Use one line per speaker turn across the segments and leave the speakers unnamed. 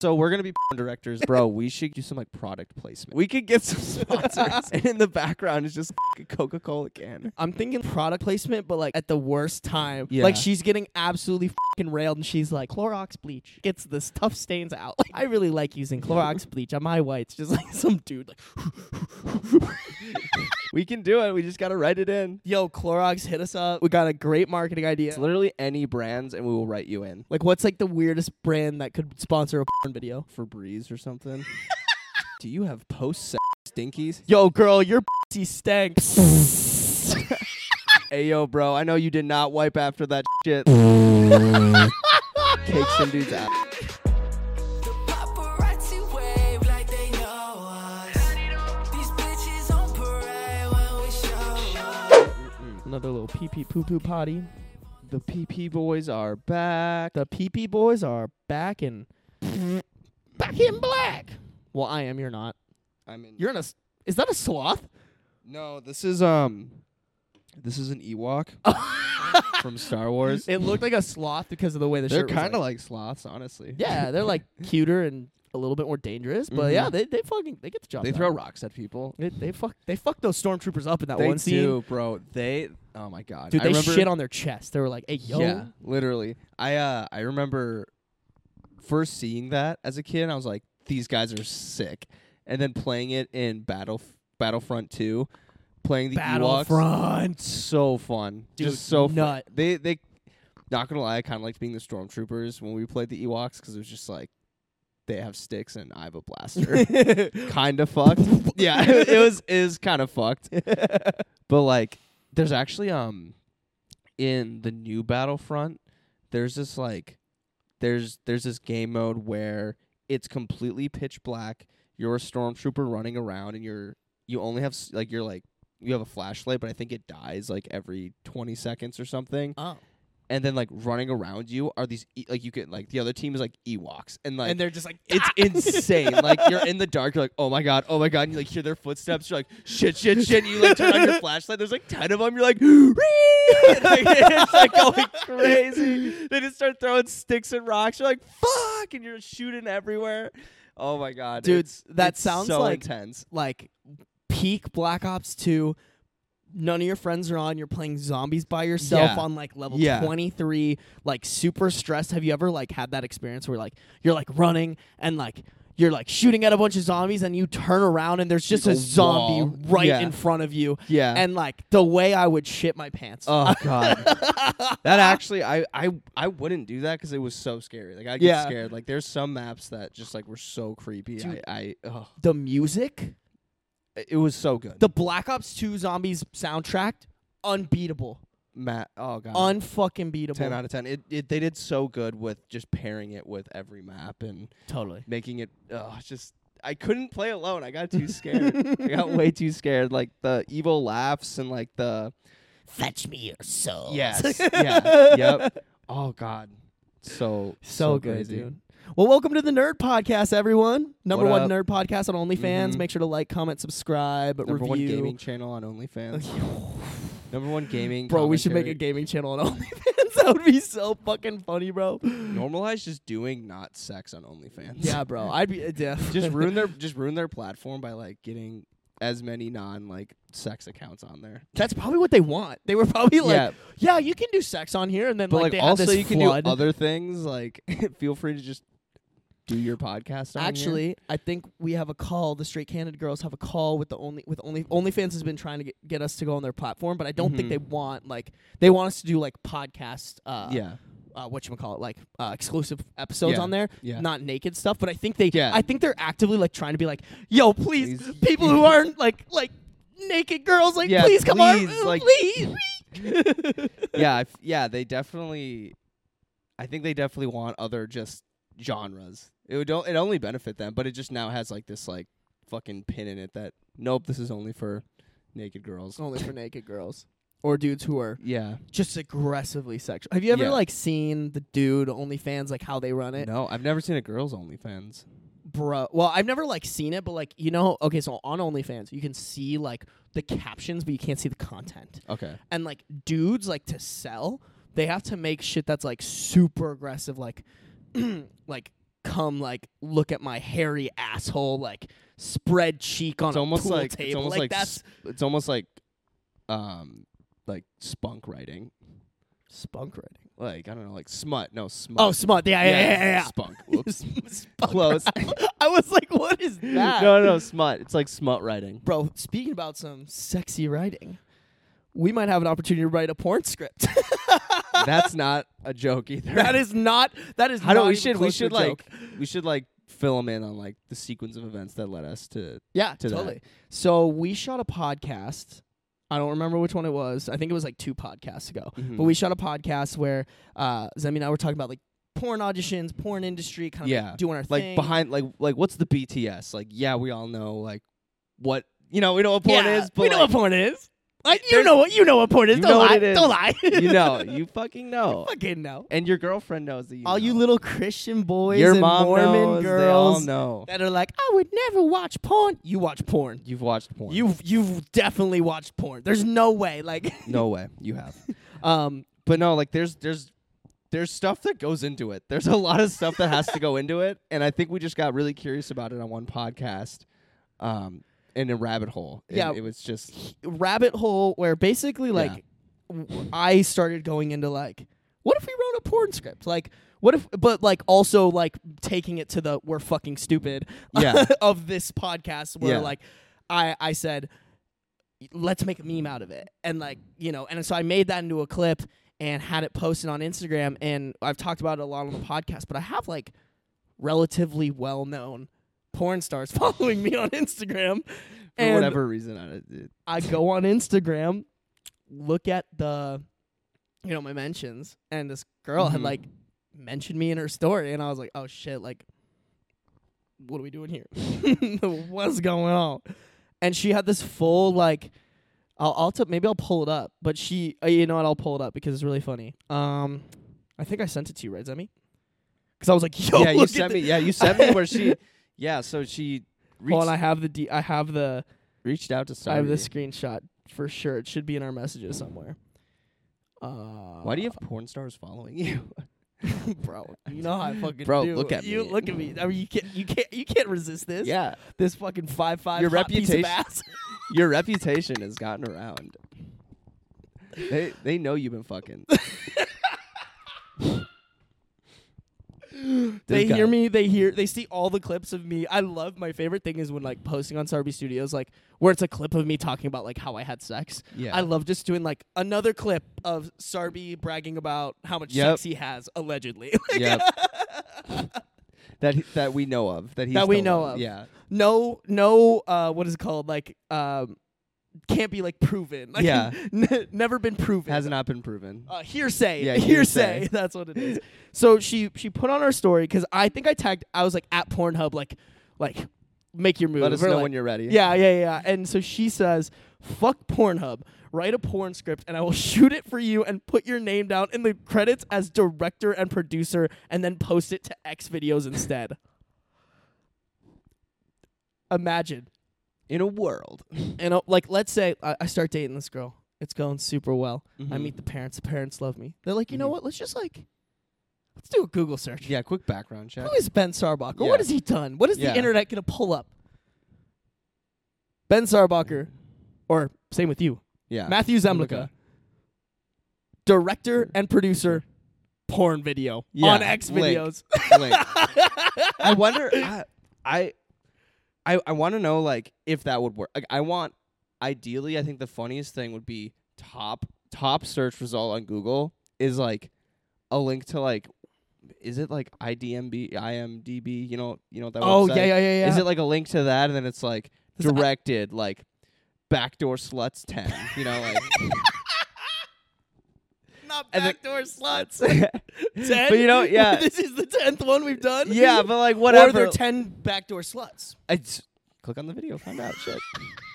So we're gonna be directors, bro. We should do some like product placement. We could get some sponsors, and in the background is just a Coca-Cola can.
I'm thinking product placement, but like at the worst time.
Yeah.
Like she's getting absolutely fucking railed, and she's like, "Clorox bleach gets the stuff stains out." Like, I really like using Clorox bleach on my whites. Just like some dude, like,
We can do it. We just gotta write it in.
"Yo, Clorox, hit us up. We got a great marketing idea."
It's literally any brands, and we will write you in
Like, what's like the weirdest brand that could sponsor a porn video?
for Breeze or something. do you have post-sex stinkies?
Yo, girl, your pussy stinks.
Ayo, bro. I know you did not wipe after that shit. Cake some dude's ass.
The paparazzi wave like they know us. These bitches on parade when we show up.
Another little pee pee poo poo potty.
The PP boys are back.
The pee pee boys are back in back in black. Well, I am. You're not.
I'm in.
You're in a. s- Is that a sloth?
no, this is um, this is an Ewok from Star Wars.
It looked like a sloth because of the way the
They're
shirt. was
kind of
like-
like sloths, honestly.
Yeah, they're like cuter and a little bit more dangerous. But
Mhm.
yeah, they they fucking they get the job.
They
done.
throw rocks at people.
They, they fuck they fuck those stormtroopers up in that
they
one scene.
do, bro. They oh my god.
Dude,
I
they
remember,
shit on their chest. They were like, "Hey, yo,
Yeah, literally. I uh I remember first seeing that as a kid. And I was like, these guys are sick. And then playing it in Battle Battlefront 2, playing the Ewoks.
Battlefront."
so fun.
Dude,
Just so fun.
nut.
They they not gonna lie, I kind of liked being the stormtroopers when we played the Ewoks because it was just like they have sticks and I have a blaster. kind of fucked. yeah, it was is kind of fucked. but like, there's actually um in the new Battlefront, there's this like there's there's this game mode where it's completely pitch black. You're a stormtrooper running around, and you're you only have s like you're like you have a flashlight, but I think it dies like every 20 seconds or something.
Oh.
And then like running around you are these e- like you can like the other team is like Ewoks, and like
and they're just like,
it's insane. Like you're in the dark, you're like, oh my god, oh my god, and you like hear their footsteps. You're like, shit, shit, shit. And you like turn on your flashlight. There's like ten of them. You're like, "Whee!" Like, it's like going crazy. They just start throwing sticks and rocks. You're like, fuck, and you're shooting everywhere. Oh my god,
Dude,
it's-
that
it's
sounds
so
like-
intense.
like peak Black Ops 2. None of your friends are on. You're playing zombies by yourself
Yeah.
on like level
Yeah.
23, like super stressed. Have you ever like had that experience where like you're like running and like you're like shooting at a bunch of zombies and you turn around and there's just
Like
a,
a
zombie
wall.
right
Yeah.
in front of you.
Yeah.
And like the way I would shit my pants.
Oh god, that actually, I, I, I wouldn't do that because it was so scary. Like I get
Yeah.
scared. Like there's some maps that just like were so creepy.
Dude.
I, I oh,
the music,
it was so good.
the Black Ops 2 zombies soundtrack, unbeatable.
Matt, oh god,
Unfucking beatable.
ten out of ten. It, it they did so good with just pairing it with every map and
Totally.
making it. Oh, it's just I couldn't play alone. I got too scared. I got way too scared. Like the evil laughs and like the
Fetch me your soul.
yes, yeah, yep. Oh god, so
So, good,
crazy.
dude. Well, welcome to the Nerd Podcast, everyone. Number
What
one
up?
nerd podcast on OnlyFans.
Mhm.
Make sure to like, comment, subscribe,
Number
review.
one gaming channel on OnlyFans. Number one gaming.
bro, we should make
commentary.
a gaming channel on OnlyFans. that would be so fucking funny, bro.
Normalize just doing not sex on OnlyFans.
yeah, bro. I'd be uh, yeah.
just ruin their just ruin their platform by like getting as many non like sex accounts on there.
That's probably what they want. They were probably like,
Yeah.
yeah, you can do sex on here, and then
But
like,
like,
they had
also
this
you can
flood.
do other things. Like feel free to just do your podcast. On here.
Actually, I think we have a call. The Straight Candid girls have a call with the only with only OnlyFans has been trying to get, get us to go on their platform, but I don't
Mhm.
think they want like they want us to do like podcast. Uh,
yeah,
Uh, what you call it? Like uh, exclusive episodes
Yeah,
on there,
yeah.
not naked stuff. But I think they,
Yeah.
I think they're actively like trying to be like, yo, please,
Please.
people who aren't like like naked girls, like
Yeah,
please come
please,
on,
like-
please.
yeah, I f- yeah. They definitely, I think they definitely want other just genres. It would don't it only benefit them, but it just now has like this like fucking pin in it that nope, this is only for naked girls.
Only for naked girls or dudes who are
Yeah,
just aggressively sexual. Have you ever
Yeah.
like seen the dude OnlyFans like how they run it,
no, I've never seen a girls OnlyFans.
bro? Well, I've never like seen it, but like you know, okay, so on OnlyFans you can see like the captions, but you can't see the content.
Okay,
And like dudes like to sell, they have to make shit that's like super aggressive, like like come like look at my hairy asshole like spread cheek on
it's
a
almost
pool
like
table.
it's almost
like,
like
that's
sp- it's almost like um like spunk writing.
spunk writing.
Like I don't know, like smut. No smut.
Oh, smut. Yeah, yeah, yeah, yeah. yeah.
Spunk. Whoops.
Spunk
Close.
writing. I was like, what is that?
no, no, smut. It's like smut writing.
Bro, speaking about some sexy writing, we might have an opportunity to write a porn script.
That's not a joke either.
that is not. That is.
How do
not
we
even
should we
close to
should
a joke.
like we should like fill 'em in on like the sequence of events that led us to
Yeah,
to that.
totally. So we shot a podcast. I don't remember which one it was. I think it was like two podcasts ago.
Mhm.
But we shot a podcast where uh, Zemi and I were talking about like porn auditions, porn industry, kind of
Yeah.
doing our
like
thing.
behind like like what's the BTS? Like yeah, we all know like what you know we know what porn
Yeah,
is, but
we know what
like,
porn is. Like you
There's-
know what you know what porn is.
You
don't
know
lie.
what it is.
Don't lie.
you know you fucking know,
fucking know.
and your girlfriend knows that you
all
know.
you little Christian boys
your
and
mom
Mormon
knows, they all
girls
know
that are like, I would never watch porn. You watch porn.
you've watched porn.
You've you've definitely watched porn. There's no way. Like,
no way you have,
um,
but no like there's there's there's stuff that goes into it. There's a lot of stuff that has to go into it, and I think we just got really curious about it on one podcast, um, in a rabbit hole. And
Yeah.
it was just
rabbit hole where basically like w- I started going into like what if we wrote a porn script? Like what if but like also like taking it to the we're fucking stupid
Yeah.
of this podcast where
Yeah.
like I I said let's make a meme out of it. And like, you know, and so I made that into a clip and had it posted on Instagram and I've talked about it a lot on the podcast, but I have like relatively well-known porn stars following me on Instagram.
for
and
whatever reason I, it,
I go on Instagram, look at the, you know, my mentions, and this girl had
Mhm.
like mentioned me in her story, and I was like, oh shit, like, what are we doing here? What's going on? And she had this full like, I'll, I'll t- maybe I'll pull it up, but she, uh, you know what, I'll pull it up because it's really funny. Um, I think I sent it to you, right, Zemi? Because I was like, yo,
yeah, you
look at
sent
thi-
me. Yeah, you sent me where she. Yeah, so she reached,
Hold on, I have the, D- I have the.
reached out to
I
Saudi.
have the screenshot for sure. It should be in our messages somewhere. Uh,
Why do you have porn stars following you?
bro? You know how I fucking
Bro,
do.
look at
you.
me.
Look at me. I mean, you can't, you can't, you can't resist this.
yeah,
This fucking five five.
Your
hot Piece
reputation-
of ass.
your reputation has gotten around. They they know you've been fucking.
they
They've got
hear
it.
me. They hear. They see all the clips of me. I love. My favorite thing is when like posting on Sarby Studios, like where it's a clip of me talking about like how I had sex.
Yeah.
I love just doing like another clip of Sarby bragging about how much
Yep.
sex he has allegedly.
Yep. that he- that we know of. That he's
That we
the
know
one.
of.
Yeah.
no no uh what is it called like um can't be like proven like,
Yeah.
n- never been proven
Has not been proven.
uh, hearsay
Yeah,
hearsay.
hearsay.
that's what it is so she she put on her story because i think i tagged i was like at pornhub like like make your move
Let us
or,
know
like-
when you're ready.
yeah yeah yeah and so she says fuck pornhub write a porn script and i will shoot it for you and put your name down in the credits as director and producer and then post it to x videos instead imagine
In a world.
and uh, like let's say I, I start dating this girl it's going super well i
Mhm.
meet the parents the parents love me they're like you know
Mhm.
what let's just like let's do a google search
Yeah. Quick background check.
who is ben sarbacher
Yeah.
what has he done what is
Yeah.
the internet going to pull up ben sarbacher or same with you
Yeah.
matthew zemlicka
Zemlicka.
director and producer porn video
Yeah,
on x
link.
videos
Like, I wonder. I I I, I want to know like if that would work. Like I want ideally. I think the funniest thing would be top top search result on Google is like a link to like is it like IDMB IMDb? You know you know that.
oh
website?
yeah yeah yeah yeah
Is it like a link to that and then it's like
This- I-
directed like backdoor sluts ten? You know like.
not
and the-
backdoor sluts
Ten?
10?
But you know yeah
this is the tenth one we've done.
yeah but like
Whatever.
whatever.
Or they're ten backdoor sluts.
I just click on the video, find out shit.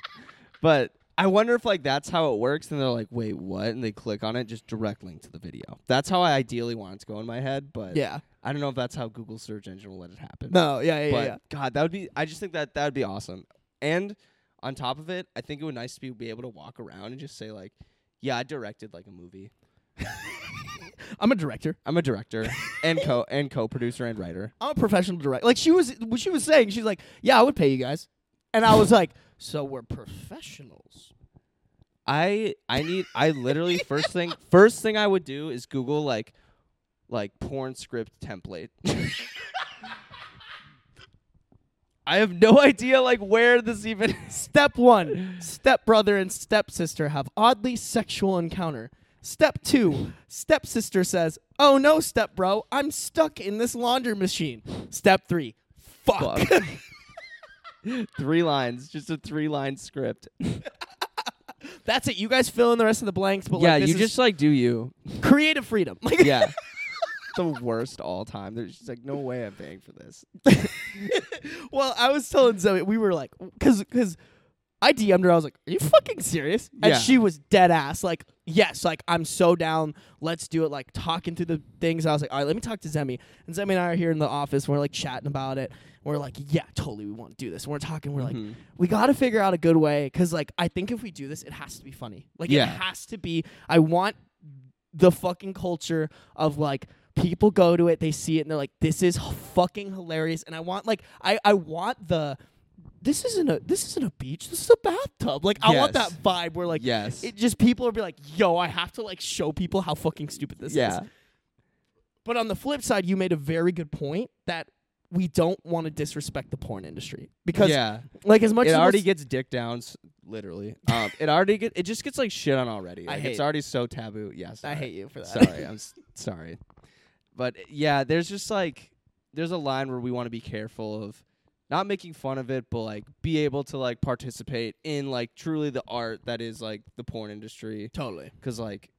But I wonder if like that's how it works, and they're like, "Wait, what?" And they click on it, just direct link to the video. That's how I ideally want it to go in my head, but
Yeah.
I don't know if that's how Google search engine will let it happen.
No. Yeah. Yeah.
but
yeah.
God, that would be. I just think that that would be awesome. And on top of it, I think it would nice to be, be able to walk around and just say like, "Yeah, I directed like a movie."
I'm a director.
I'm a director and co and co-producer and writer.
I'm a professional director. Like she was, what she was saying, she's like, yeah, I would pay you guys, and I was like, so we're professionals.
I I need I literally first thing first thing I would do is Google like like porn script template. I have no idea like where this even is.
Step one, stepbrother and stepsister have oddly sexual encounter. Step two, stepsister says, Oh no, stepbro, I'm stuck in this laundry machine. Step three, fuck.
Fuck. three lines, just a three line script.
That's it. You guys fill in the rest of the blanks, but
yeah,
like, this
you
is
just like do you.
creative freedom. Like,
Yeah. the worst all time. There's just like no way I'm paying for this.
well, I was telling Zoe, we were like, because because I DM'd her, I was like, "Are you fucking serious?" And
Yeah.
she was dead ass, like, "Yes, like I'm so down. Let's do it." Like talking through the things, I was like, "All right, let me talk to Zemi." And Zemi and I are here in the office. and We're like chatting about it. We're like, "Yeah, totally, we want to do this." And we're talking. We're like,
Mm-hmm.
"We got to figure out a good way," because like I think if we do this, it has to be funny. Like
Yeah.
it has to be. I want the fucking culture of like people go to it, they see it, and they're like, "This is h- fucking hilarious." And I want like I I want the this isn't a this isn't a beach. This is a bathtub. Like I want that
Yes.
vibe where like
Yes.
it just people are be like, "Yo, I have to like show people how fucking stupid this
yeah.
is." But on the flip side, you made a very good point that we don't want to disrespect the porn industry because
Yeah.
like as much
it
as
already gets dick down, s- literally. Um, it already get it just gets like shit on already.
I
Like,
hate
it's
it.
already so taboo. Yes,
I hate you for that.
Sorry, I'm s- sorry, but eh, yeah, there's just like there's a line where we want to be careful of not making fun of it, but like be able to like participate in like truly the art that is like the porn industry,
totally.
because like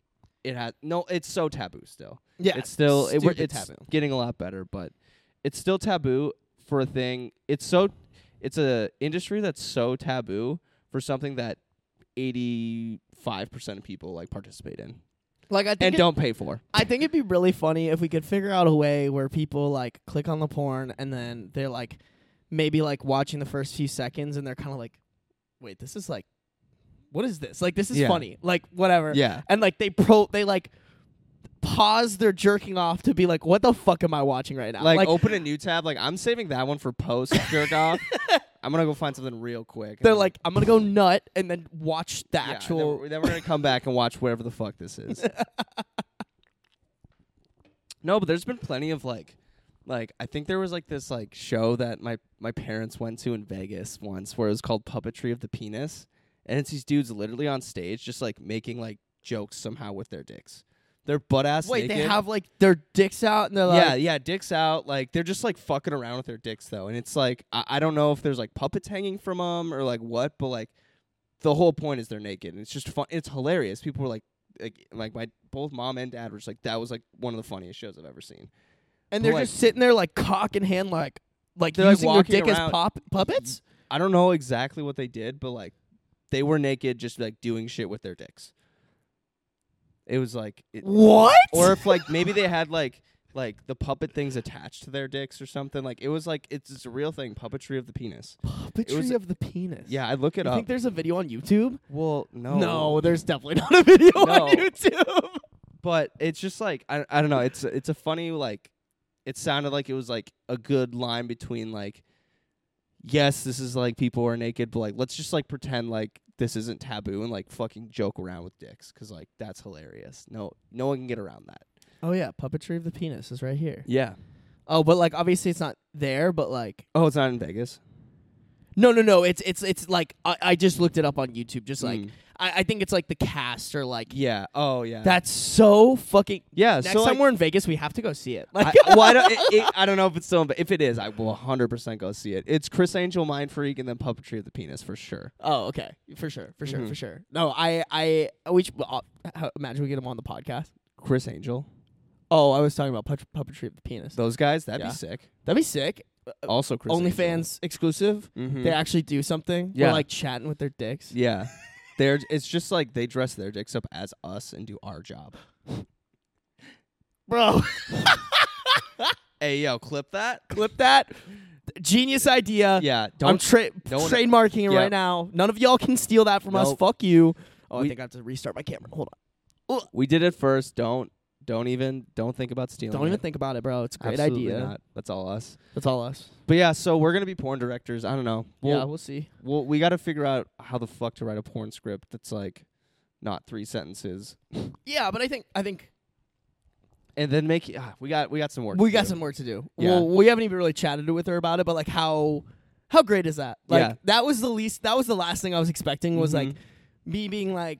it has no, it's so taboo still.
Yeah,
it's still it, we're-
stupid
it's
taboo.
getting a lot better, but it's still taboo for a thing. It's so it's a industry that's so taboo for something that eighty five percent of people like participate in
Like I think
and
it-
don't pay for.
I think it'd be really funny if we could figure out a way where people like click on the porn and then they're like maybe like watching the first few seconds and they're kind of like wait this is like what is this? Like this is
Yeah.
funny. Like whatever.
Yeah.
And like they pro they like pause their jerking off to be like what the fuck am I watching right now?
Like, open a new tab. Like I'm saving that one for post jerk off. I'm gonna go find something real quick. and
they're
then-
like I'm going to go nut and then watch the
yeah, and then
actual
we're- Then, we're gonna come back and watch whatever the fuck this is. no, but there's been plenty of like, like I think there was like this like show that my my parents went to in Vegas once where it was called Puppetry of the Penis, and it's these dudes literally on stage just like making like jokes somehow with their dicks. Their butt ass.
Wait, they
naked.
have like their dicks out and they're
Yeah,
like
yeah, dicks out. Like they're just like fucking around with their dicks though, and it's like I, I don't know if there's like puppets hanging from them or like what, but like the whole point is they're naked. And it's just fun. It's hilarious. People were like, like, like my both mom and dad were just like, that was like one of the funniest shows I've ever seen.
and they're
like-
just sitting there like cock in hand like like
They're, like,
using
walking
their dick as
around.
pop puppets?
I don't know exactly what they did, but like they were naked, just like doing shit with their dicks. It was like, it,
What?
or if like maybe they had like like the puppet things attached to their dicks or something. Like it was like it's, it's a real thing, puppetry of the penis.
puppetry
It was-
of the penis.
Yeah, I look it
You
up.
think there's a video on YouTube?
well, no,
No, there's definitely not a video
No.
on YouTube.
But it's just like I, I don't know. It's it's a funny like. It sounded like it was like a good line between like, yes, this is like people are naked, but like let's just like pretend like this isn't taboo and like fucking joke around with dicks because like that's hilarious. No, no one can get around that.
Oh yeah, puppetry of the penis is right here.
Yeah.
Oh, but like obviously it's not there, but like
Oh, it's not in Vegas.
no, no, no. It's it's it's like I, I just looked it up on YouTube. Just like
Mm.
I, I think it's like the cast or like
Yeah. Oh, yeah.
that's so fucking.
yeah.
Next
so
time
like,
we're in Vegas, we have to go see it. Like
I, well, I don't, it, it, I don't know if it's still, but if it is, I will 100% go see it. It's Chris Angel, Mind Freak, and then Puppetry of the Penis for sure.
oh okay, for sure, for sure,
Mhm.
for sure. No, I I we should, uh, how- imagine we get him on the podcast.
Chris Angel.
Oh, I was talking about pup- puppetry of the penis.
Those guys, that'd
Yeah.
be sick.
That'd be sick.
Also, Chris
OnlyFans exclusive.
Mm-hmm.
They actually do something. We're
Yeah.
like chatting with their dicks.
yeah, they're. It's just like they dress their dicks up as us and do our job.
Bro,
Hey, yo, clip that.
clip that. Genius idea.
Yeah,
I'm
don't.
tra-
no one-
trademarking it
yeah.
right now. None of y'all can steal that from us.
Nope.
Fuck you. Oh, I
We-
think I have to restart my camera. Hold on.
we did it first. Don't. Don't even don't think about stealing.
Don't even
it.
think about it, bro. It's a great
Absolutely
idea.
Not. That's all us.
That's all us.
But yeah, so we're gonna be porn directors. I don't know. We'll,
yeah, we'll see.
we'll we got to figure out how the fuck to write a porn script that's like not three sentences,
Yeah, but I think I think
and then make. Ah, we got we got some work.
we
to
got
do.
some work to do.
Yeah.
Well, we haven't even really chatted with her about it, but like how how great is that? Like
Yeah.
that was the least that was the last thing I was expecting was
Mhm.
like me being like,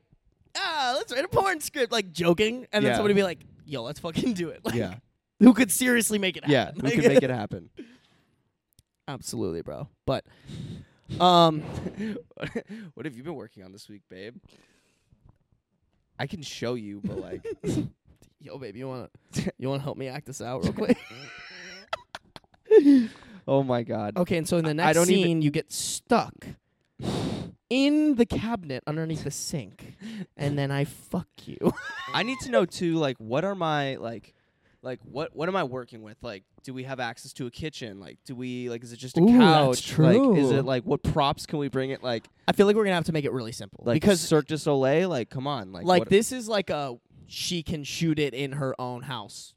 ah, let's write a porn script, like joking, and then
Yeah.
somebody be like, yo, let's fucking do it. Like,
Yeah,
Who could seriously make it happen?
yeah. We
Like,
can make it happen.
Absolutely, bro. But um
what have you been working on this week, babe? I can show you, but like,
yo babe, you wanna you wanna help me act this out real quick?
oh my god.
okay, and so in the
I- I
next
don't even-
scene you get stuck in the cabinet underneath the sink. And then I fuck you.
I need to know too, like, what are my like, like what what am I working with? Like, do we have access to a kitchen? Like, do we like, is it just a
Ooh, that's
couch? Like, is
true.
it like what props can we bring it? Like,
I feel like we're gonna have to make it really simple
like
because,
Cirque du Soleil? Like, come on, like,
like,
what-
this is like a she can shoot it in her own house.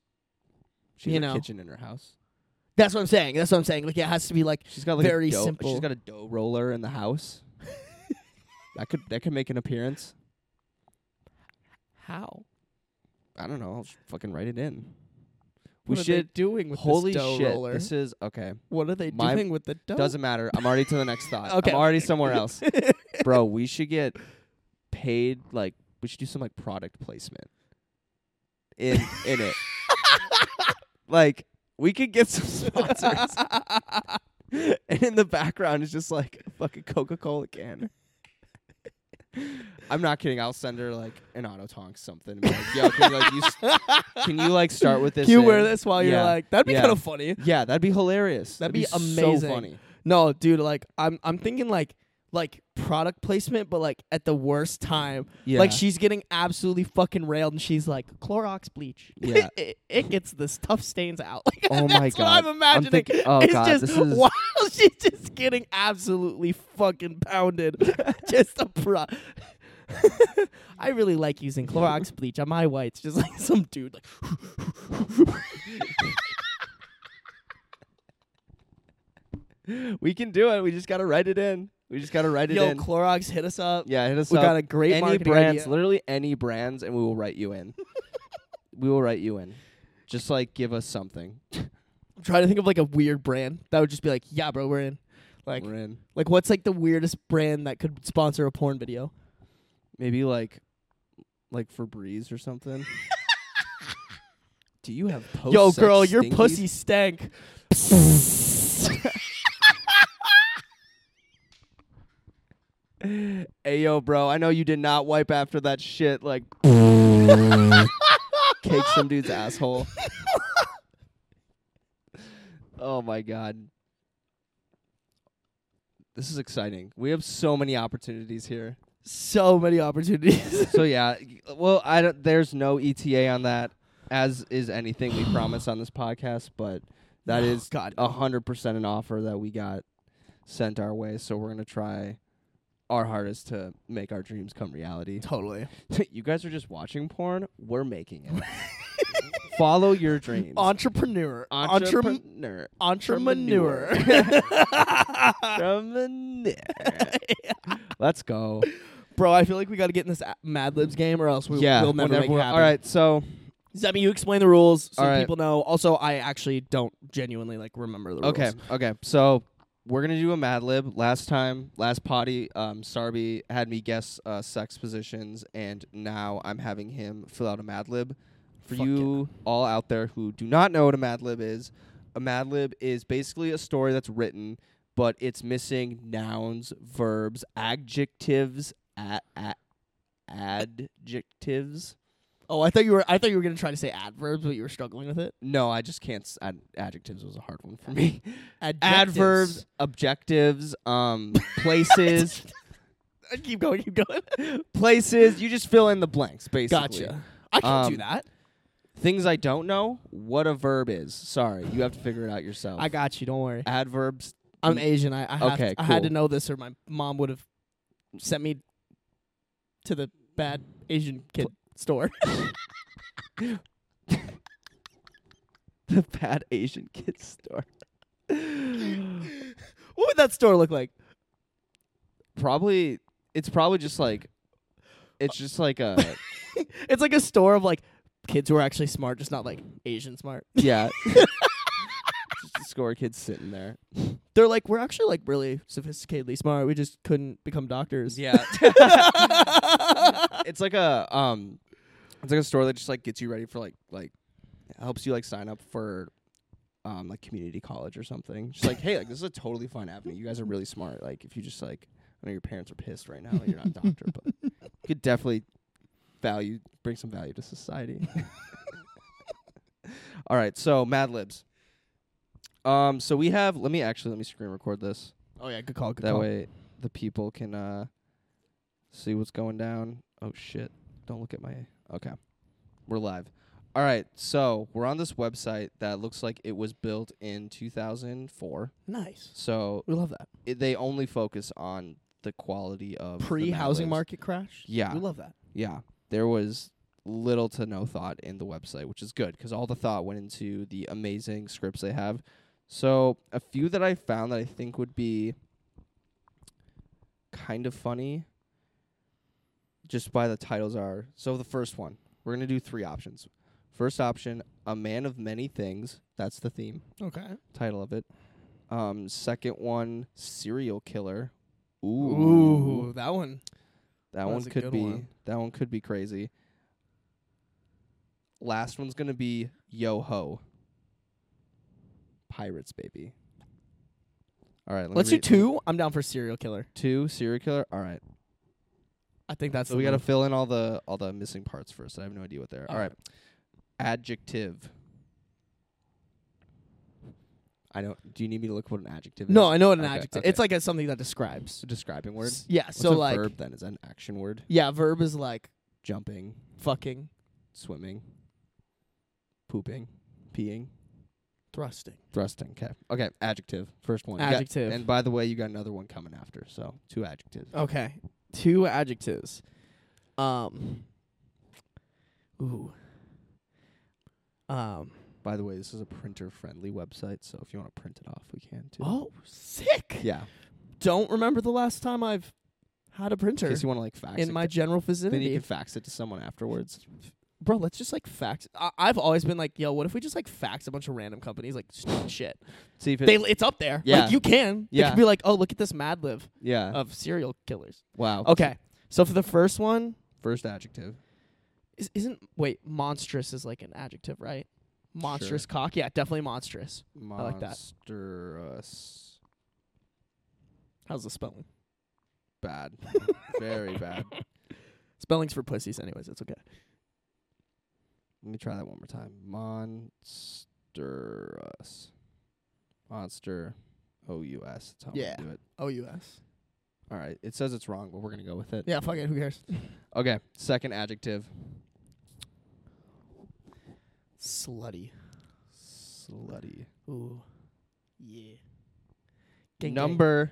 She has
you
a
know.
kitchen in her house.
That's what I'm saying. That's what I'm saying. Like it has to be like
She's got like a
Very
dough- She's
simple.
got a dough roller in the house. that could that could make an appearance.
how
I don't know. I'll just fucking write it in. We
what are
should.
they doing with
Holy
this dough
shit!
roller?
This is okay.
what are they
my-
doing with the dough?
Doesn't matter. I'm already to the next thought.
Okay.
I'm already somewhere else. Bro, we should get paid like we should do some like product placement in in it. like we could get some sponsors. and in the background is just like a fucking Coca-Cola can. I'm not kidding. I'll send her like an auto tonk something. and be like, Yo, can you, like, you s- can you like start with this?
you
in?"
wear this while you're
Yeah.
like that'd be
Yeah.
kind of funny.
Yeah, that'd be hilarious.
That'd be
so
amazing.
funny.
No, dude, like I'm I'm thinking like like product placement, but like at the worst time.
Yeah.
Like she's getting absolutely fucking railed, and she's like, "Clorox bleach.
Yeah.
it, it gets the stuff stains out." Like,
Oh
that's
my
what I'm
God. I'm
imagining.
thinking- oh
it's
God,
just
this is-
while she's just getting absolutely fucking pounded. just a pro. I really like using Clorox bleach on my whites. Just like some dude, like
We can do it. We just gotta write it in. We just gotta write it
yo,
in.
Clorox hit us up.
yeah, hit us
we
up.
got a great
any
marketing
brands,
idea.
literally any brands, and we will write you in. we will write you in. Just like give us something.
I'm trying to think of like a weird brand that would just be like, "Yeah, bro, we're in." Like,
We're in.
like what's like the weirdest brand that could sponsor a porn video?
Maybe like, like Febreze or something. do you have post?
Yo, girl, your pussy stank.
Hey, yo, bro. I know you did not wipe after that shit. Like, cake some dude's asshole. oh my god. This is exciting. We have so many opportunities here.
So many opportunities.
so yeah, y- well, I don't, there's no ETA on that, as is anything we promise on this podcast. But that is
God.
a hundred percent an offer that we got sent our way. So we're gonna try our hardest to make our dreams come reality.
Totally.
you guys are just watching porn. We're making it. Follow your dreams.
Entrepreneur. Entrepreneur.
Entrepreneur.
Entrepreneur.
Entrepreneur. Let's go.
Bro, I feel like we got to get in this a- Mad Libs game or else we
yeah.
will never
whenever
make it
we're-
happen.
all right. So.
Zemi, you explain the rules so
All right.
people know. Also, I actually don't genuinely like remember the rules.
Okay, okay. So we're gonna do a Mad Lib. Last time, last potty, um, Sarby had me guess uh, sex positions, and now I'm having him fill out a Mad Lib. For
Fuck
you all out there who do not know what a Mad Lib is, a Mad Lib is basically a story that's written, but it's missing nouns, verbs, adjectives, a- a- adjectives.
Oh, I thought you were I thought you were going to try to say adverbs, but you were struggling with it.
No, I just can't. S- ad- adjectives was a hard one for me.
Adjectives.
adverbs, objectives, um, places,
Keep going, keep going.
places. You just fill in the blanks, basically.
Gotcha. I can do
Um,
that.
Things I don't know what a verb is. Sorry, you have to figure it out yourself.
I got you. Don't worry.
adverbs.
I'm Asian. I I, have
Mm. Okay,
to, I had to
cool.
know this, or my mom would have sent me to the bad Asian kid store. the bad Asian kids store. what would that store look like?
Probably it's probably just like it's just like a
It's like a store of like kids who are actually smart, just not like Asian smart.
yeah. just a score of kids sitting there.
They're like, we're actually like really sophisticatedly smart. We just couldn't become doctors.
Yeah. it's like a um it's like a store that just like gets you ready for like like helps you like sign up for um like community college or something. Just like, hey, like this is a totally fun avenue. You guys are really smart. Like if you just like I know your parents are pissed right now, like, you're not a doctor, but you could definitely value bring some value to society. All right, so Mad Libs. Um so we have let me actually let me screen record this
Oh yeah, good call. Good
that
call.
way the people can uh see what's going down oh shit don't look at my okay we're live all right so we're on this website that looks like it was built in 2004
Nice.
so
We love that.
it, they only focus on the quality of the
Pre housing
Madlibs.
market crash.
Yeah.
We love that.
yeah there was little to no thought in the website which is good because all the thought went into the amazing scripts they have so a few that i found that i think would be kind of funny just by the titles are so the first one we're going to do three options first option a man of many things that's the theme
Okay.
title of it um second one serial killer
Ooh, that one.
that
That's
one
a
could
good
be
one.
that one could be crazy. Last one's gonna be yo ho. Pirates, baby. All right, let me
Let's do
read- let me-
two. I'm down for serial killer.
Two serial killer. All right,
I think that's
so
the
we gotta
move.
fill in all the all the missing parts first. I have no idea what they're. All
All
right.
right.
adjective. I don't. Do you need me to look what an adjective
No,
is?
I know what an
Okay,
adjective.
okay.
It's like a, something that describes.
It's a describing word.
S- Yeah.
What's a
so like,
verb then is that an action word.
yeah, verb is like
Jumping,
fucking
swimming, pooping, peeing.
thrusting.
Thrusting. Okay. Okay. Adjective. First one. You got-
Adjective. Oh.
and by the way, you got another one coming after. So two adjectives.
Okay. Two adjectives. Um. Ooh. Um.
By the way, this is a printer-friendly website, so if you want to print it off, we can too.
Oh, sick.
Yeah.
Don't remember the last time I've had a
In
printer
case you want to like fax it.
in my
to-
general
then you
vicinity.
can fax it to someone afterwards.
Bro, let's just like fax. I- I've always been like, yo, what if we just like fax a bunch of random companies like stupid shit?
See if it.
They, it's up there.
Yeah.
Like you can. It
Yeah.
could be like, oh, look at this Mad Lib
yeah.
of serial killers.
wow.
Okay. So for the first one,
First adjective.
is, isn't wait monstrous is like an adjective, right? Monstrous
Sure.
cock. Yeah, definitely monstrous. like that.
Monstrous.
How's the spelling?
Bad. Very bad.
Spelling's for pussies, anyways. It's okay.
Let me try that one more time. Monstrous. Monster. O U S. That's how
Yeah.
we do it.
O U S.
All right. It says it's wrong, but we're gonna go with it.
Yeah, fuck it. Who cares?
Okay, second adjective.
Slutty.
Slutty.
Ooh. Yeah.
number.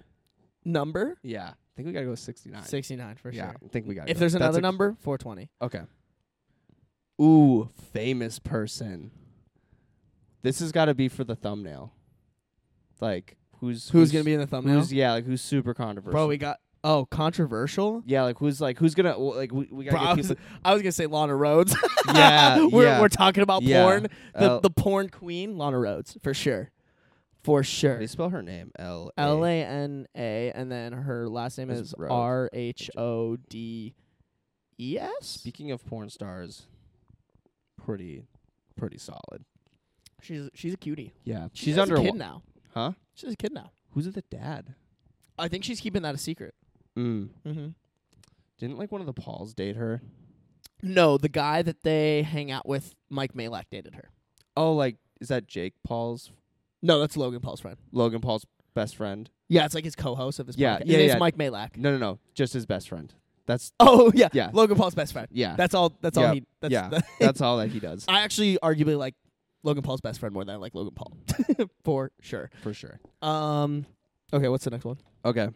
number
Yeah, I think we gotta go with 69.
sixty nine for
yeah,
sure.
I think we gotta.
If
go-
there's
that's
another
a-
number, four twenty.
Okay. Ooh, famous person. This has got to be for the thumbnail. Like who's
Who's gonna be in the thumbnail?
who's yeah like who's super controversial.
Bro, we got oh controversial.
yeah like who's like who's gonna well, like we, we
Bro, I
gotta
was,
get
I was gonna say Lana Rhodes.
people. yeah,
we're
yeah.
we're talking about
Yeah.
porn. The
L-
the porn queen, Lana Rhodes, for sure, for sure.
How do you spell her name? L A-
L A N A, and then her last name
Is
is
Rhodes.
R H O D E S.
Speaking of porn stars, pretty, pretty solid.
She's she's a cutie.
Yeah,
She
she's
has
under
a kid
wa-
now.
huh?
She's a kid now.
Who's the dad?
I think she's keeping that a secret.
Mm.
Mm-hmm.
Didn't like one of the Pauls date her?
No, the guy that they hang out with, Mike Malak, dated her.
Oh, like is that Jake Paul's
No, that's Logan Paul's friend.
Logan Paul's best friend?
Yeah, it's like his co-host of his
Yeah,
podcast.
yeah,
His name's
yeah.
Mike Malak.
No, no, no, just his best friend. That's
Oh yeah,
Yeah.
Logan Paul's best friend.
yeah,
That's all. That's
Yeah,
all he. That's,
yeah. that's all that he does
I actually arguably like Logan Paul's best friend more than I like Logan Paul, for sure.
for sure.
Um, okay, what's the next one?
Okay,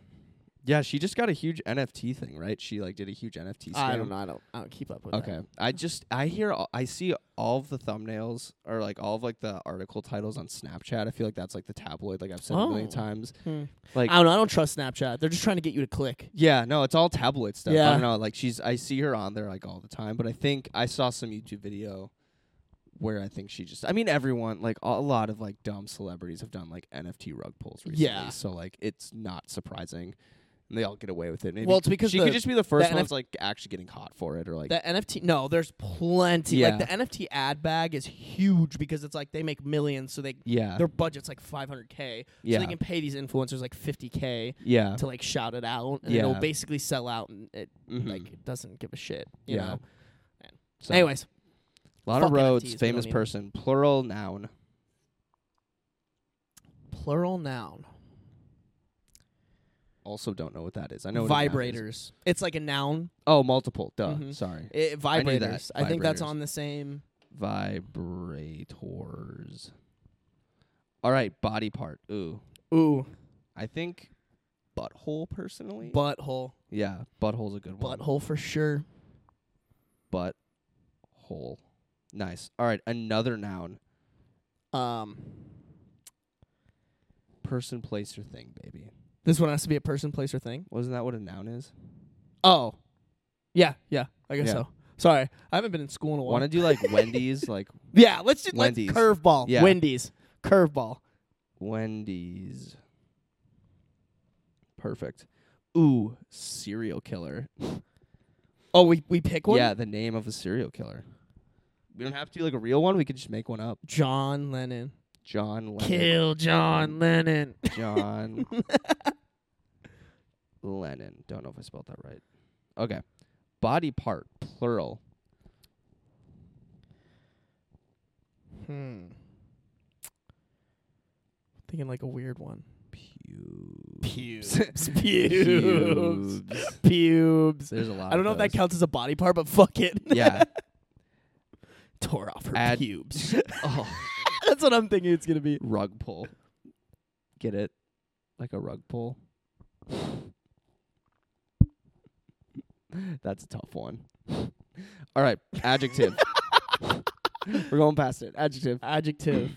Yeah, she just got a huge NFT thing, right? She like did a huge NFT. Scam.
I don't know. I don't. I don't keep up with.
Okay, I just I hear all, I see all of the thumbnails or like all of like the article titles on Snapchat. I feel like that's like the tabloid. Like I've said a million
Oh.
times.
That. Hmm.
Like
I don't know. I don't trust Snapchat. They're just trying to get you to click.
yeah, no, it's all tabloid stuff. I
Yeah.
don't know. Like she's I see her on there like all the time, but I think I saw some YouTube video where I think she just I mean everyone like a lot of like dumb celebrities have done like NFT rug pulls recently.
Yeah.
So like it's not surprising. And they all get away with it. Maybe
Well, it's because
she
the-
could just be the first
the
one that's like actually getting caught for it or like
The NFT. No, there's plenty.
Yeah.
Like the NFT ad bag is huge because it's like they make millions, so they
yeah.
their budget's like 500k.
Yeah.
So they can pay these influencers like 50k
Yeah.
to like shout it out, and
Yeah.
it'll basically sell out, and it
Mhm.
like it doesn't give a shit. You
Yeah.
know.
So,
Anyways,
Lana
fuck
Rhodes,
NFTs, we
famous
don't need
person, plural noun.
plural noun.
Also don't know what that is. I know what a noun is.
vibrators. It's like a noun.
Oh, multiple. Duh.
Mhm.
Sorry.
It, vibrators.
I
I,
knew that.
think that's
Vibrators.
on the same.
Vibrators. All right, body part. Ooh.
Ooh,
I think butthole personally.
butthole.
yeah, butthole's a good one.
Butthole for sure.
Butthole. Nice. All right, another noun.
Um,
Person, place, or thing, baby.
this one has to be a person, place, or thing.
Wasn't that what a noun is?
Oh, yeah, yeah. I guess
Yeah.
so. Sorry, I haven't been in school in a while.
Want to do like Wendy's, like
yeah, let's just let's
Wendy's.
curveball.
Yeah.
Wendy's curveball.
Wendy's. Perfect. Ooh, serial killer.
Oh, we we pick one.
Yeah, the name of a serial killer. We don't have to do like a real one. We could just make one up.
John Lennon.
John Lennon. Hmm.
Kill John Lennon.
John Lennon. Don't know if I spelled that right. Okay. Body part, plural.
Hmm. Thinking like a weird one.
Pubes.
Pubes. Pubes. Pubes.
There's a lot.
I don't know
of
if that
those.
counts as a body part, but fuck it.
Yeah.
Tore off her
Add-
pubes.
oh,
That's what I'm thinking it's gonna be.
rug pull. Get it? Like a rug pull. That's a tough one. All right, adjective. We're going past it. Adjective.
Adjective.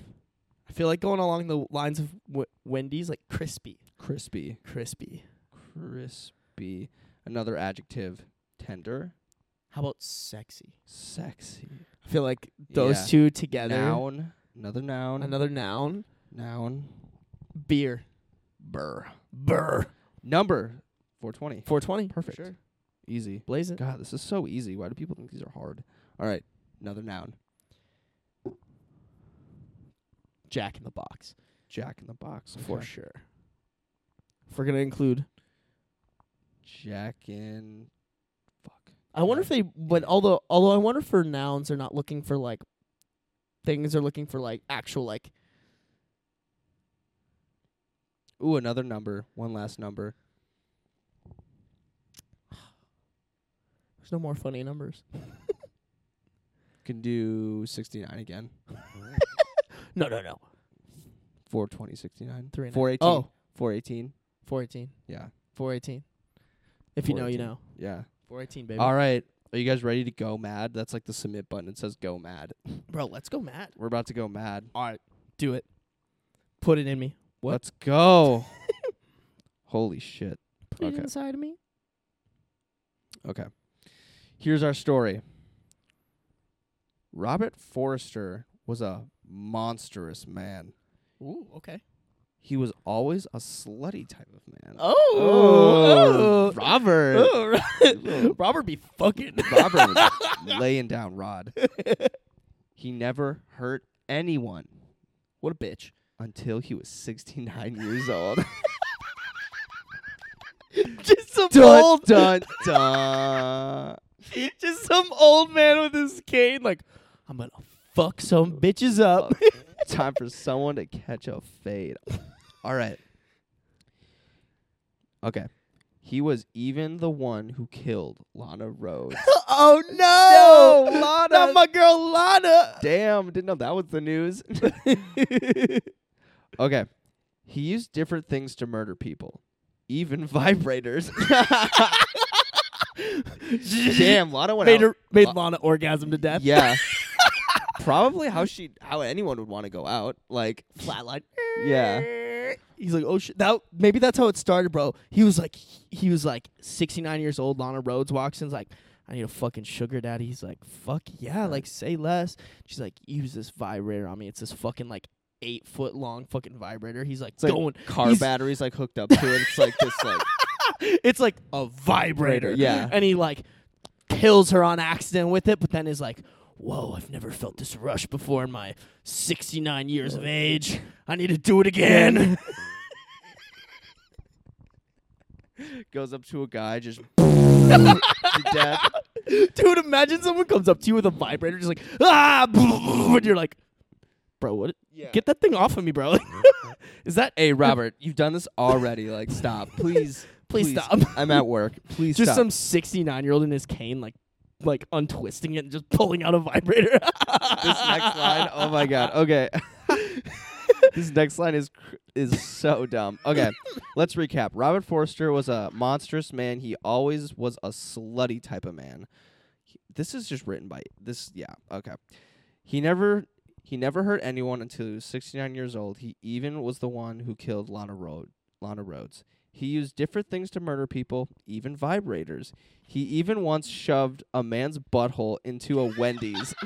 I feel like going along the lines of w- Wendy's, like crispy,
Crispy.
crispy.
Crispy. Another adjective. Tender.
How about sexy?
Sexy.
I feel like those
Yeah.
two together.
Noun. Another noun.
Another noun.
noun.
Beer.
Burr.
Burr.
Number 420.
420.
Perfect.
Sure.
Easy.
Blaze it.
God, this is so easy. Why do people think these are hard? All right. Another noun.
Jack in the box
Jack in the box.
for sure. If we're gonna include,
Jack in. Fuck.
I wonder if they. But although, although I wonder for nouns are not looking for like things. They're looking for like actual like
Ooh, another number. One last number.
There's no more funny numbers.
Can do 69 again.
No, no, no.
420, 69.
Three and a-
418.
Oh,
418.
418.
Yeah.
418. If you know, you
418.
know.
Yeah.
418, baby.
All right. Are you guys ready to go mad? That's like the submit button. It says go mad.
Bro, let's go mad.
We're about to go mad.
All right. Do it. Put it in me. What?
Let's go. Holy shit.
Put
Okay.
it inside of me.
Okay. Here's our story. Robert Forrester was a monstrous man.
Ooh, okay.
He was always a slutty type of man.
Oh.
Oh,
Oh.
Robert.
Oh,
Ooh.
Ro- Robert be fucking.
Robert was laying down Rod. He never hurt anyone
what a bitch.
until he was 69 years old.
Just some
dun,
old
dun, dun.
just some old man with his cane like I'm going to fuck some bitches up.
Time for someone to catch a fade. All right. Okay. He was even the one who killed Lana Rhodes.
oh no.
No, Lana.
Not my girl Lana.
Damn, didn't know that was the news. okay. He used different things to murder people. even vibrators. Damn, Lana went
made
out.
her, made
Lo-
Lana orgasm to death.
Yeah. Probably how she how anyone would want to go out. Like
flatline.
Yeah.
He's like, oh shit. That maybe that's how it started, bro. He was like, he was like 69 years old. Lana Rhodes walks in's like, I need a fucking sugar daddy. He's like, fuck yeah, like say less. She's like, use this vibrator on me. It's this fucking like eight foot long fucking vibrator. He's like,
it's like
going.
car
he's-
batteries like hooked up to it. It's like this like
it's like a vibrator.
Yeah.
And he like kills her on accident with it, but then is like, whoa, I've never felt this rush before in my 69 years of age. I need to do it again.
goes up to a guy just to death.
Dude, imagine someone comes up to you with a vibrator, just like, ah, and you're like, bro, what?
Yeah.
Get that thing off of me, bro. is that
Hey Robert, you've done this already. Like stop. Please
Please stop.
I'm at work. Please
just
stop.
some 69 year old in his cane, like, like untwisting it and just pulling out a vibrator?
this next line. Oh my god. Okay. this next line is cr- is so dumb. Okay, let's recap. Robert Forster was a monstrous man. He always was a slutty type of man. He- this is just written by this. Yeah. Okay. He never he never hurt anyone until he was 69 years old. He even was the one who killed Lana Road Lana Rhodes. He used different things to murder people, even vibrators. He even once shoved a man's butthole into a Wendy's.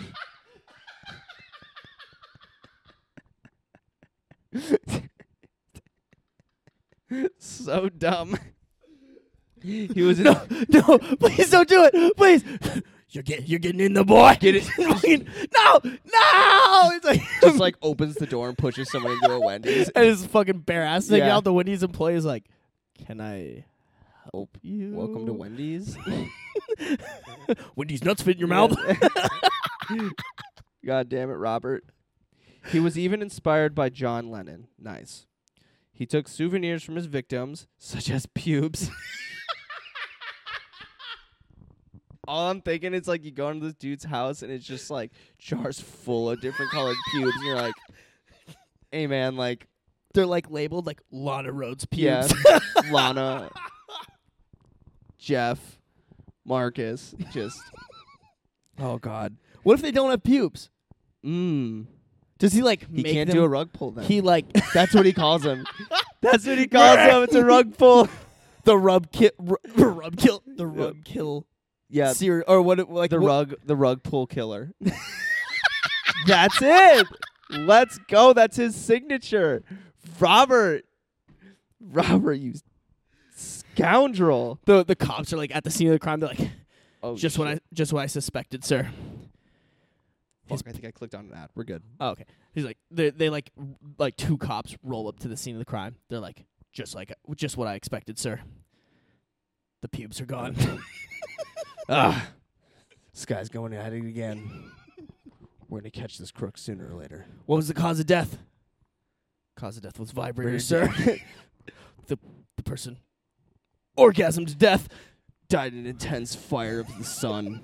so dumb. He was in-
No, no, please don't do it. Please. You're getting you're getting in the boy. Get it. no, no. It's like
just like opens the door and pushes someone into a Wendy's.
and his fucking bare ass thing
Yeah.
out the Wendy's employee is like, Can I help you?
Welcome to Wendy's.
Wendy's nuts fit in your mouth.
God damn it, Robert. He was even inspired by John Lennon. Nice. He took souvenirs from his victims, such as pubes. All I'm thinking is like you go into this dude's house and it's just like jars full of different colored pubes, and you're like, "Hey man, like
They're like labeled like Lana Rhodes
yeah,
pubes.
Lana, Jeff, Marcus, just oh god,
what if they don't have pubes?
mm.
Does he like
He
make
can't
them-
do a rug pull then.
He like
That's what he calls him. That's what he calls him. It's a rug pull.
the rub kill rub kill the rub kill
Yeah,
seri- or what it- like
the
what-
rug, the rug pull killer. That's it. Let's go. That's his signature, Robert. Robert, you scoundrel.
the the cops are like at the scene of the crime. They're like,
Oh,
just what I just what I suspected, sir.
Fuck, I think I clicked on an ad. We're good.
Oh, okay. He's like they they like r- like two cops roll up to the scene of the crime. They're like just like just what I expected, sir. The pubes are gone.
Ah, this guy's going at it again. We're gonna catch this crook sooner or later.
what was the cause of death? Cause of death was vibrator,
Vibrator
sir. the the person orgasm to death.
Died in intense fire of the sun.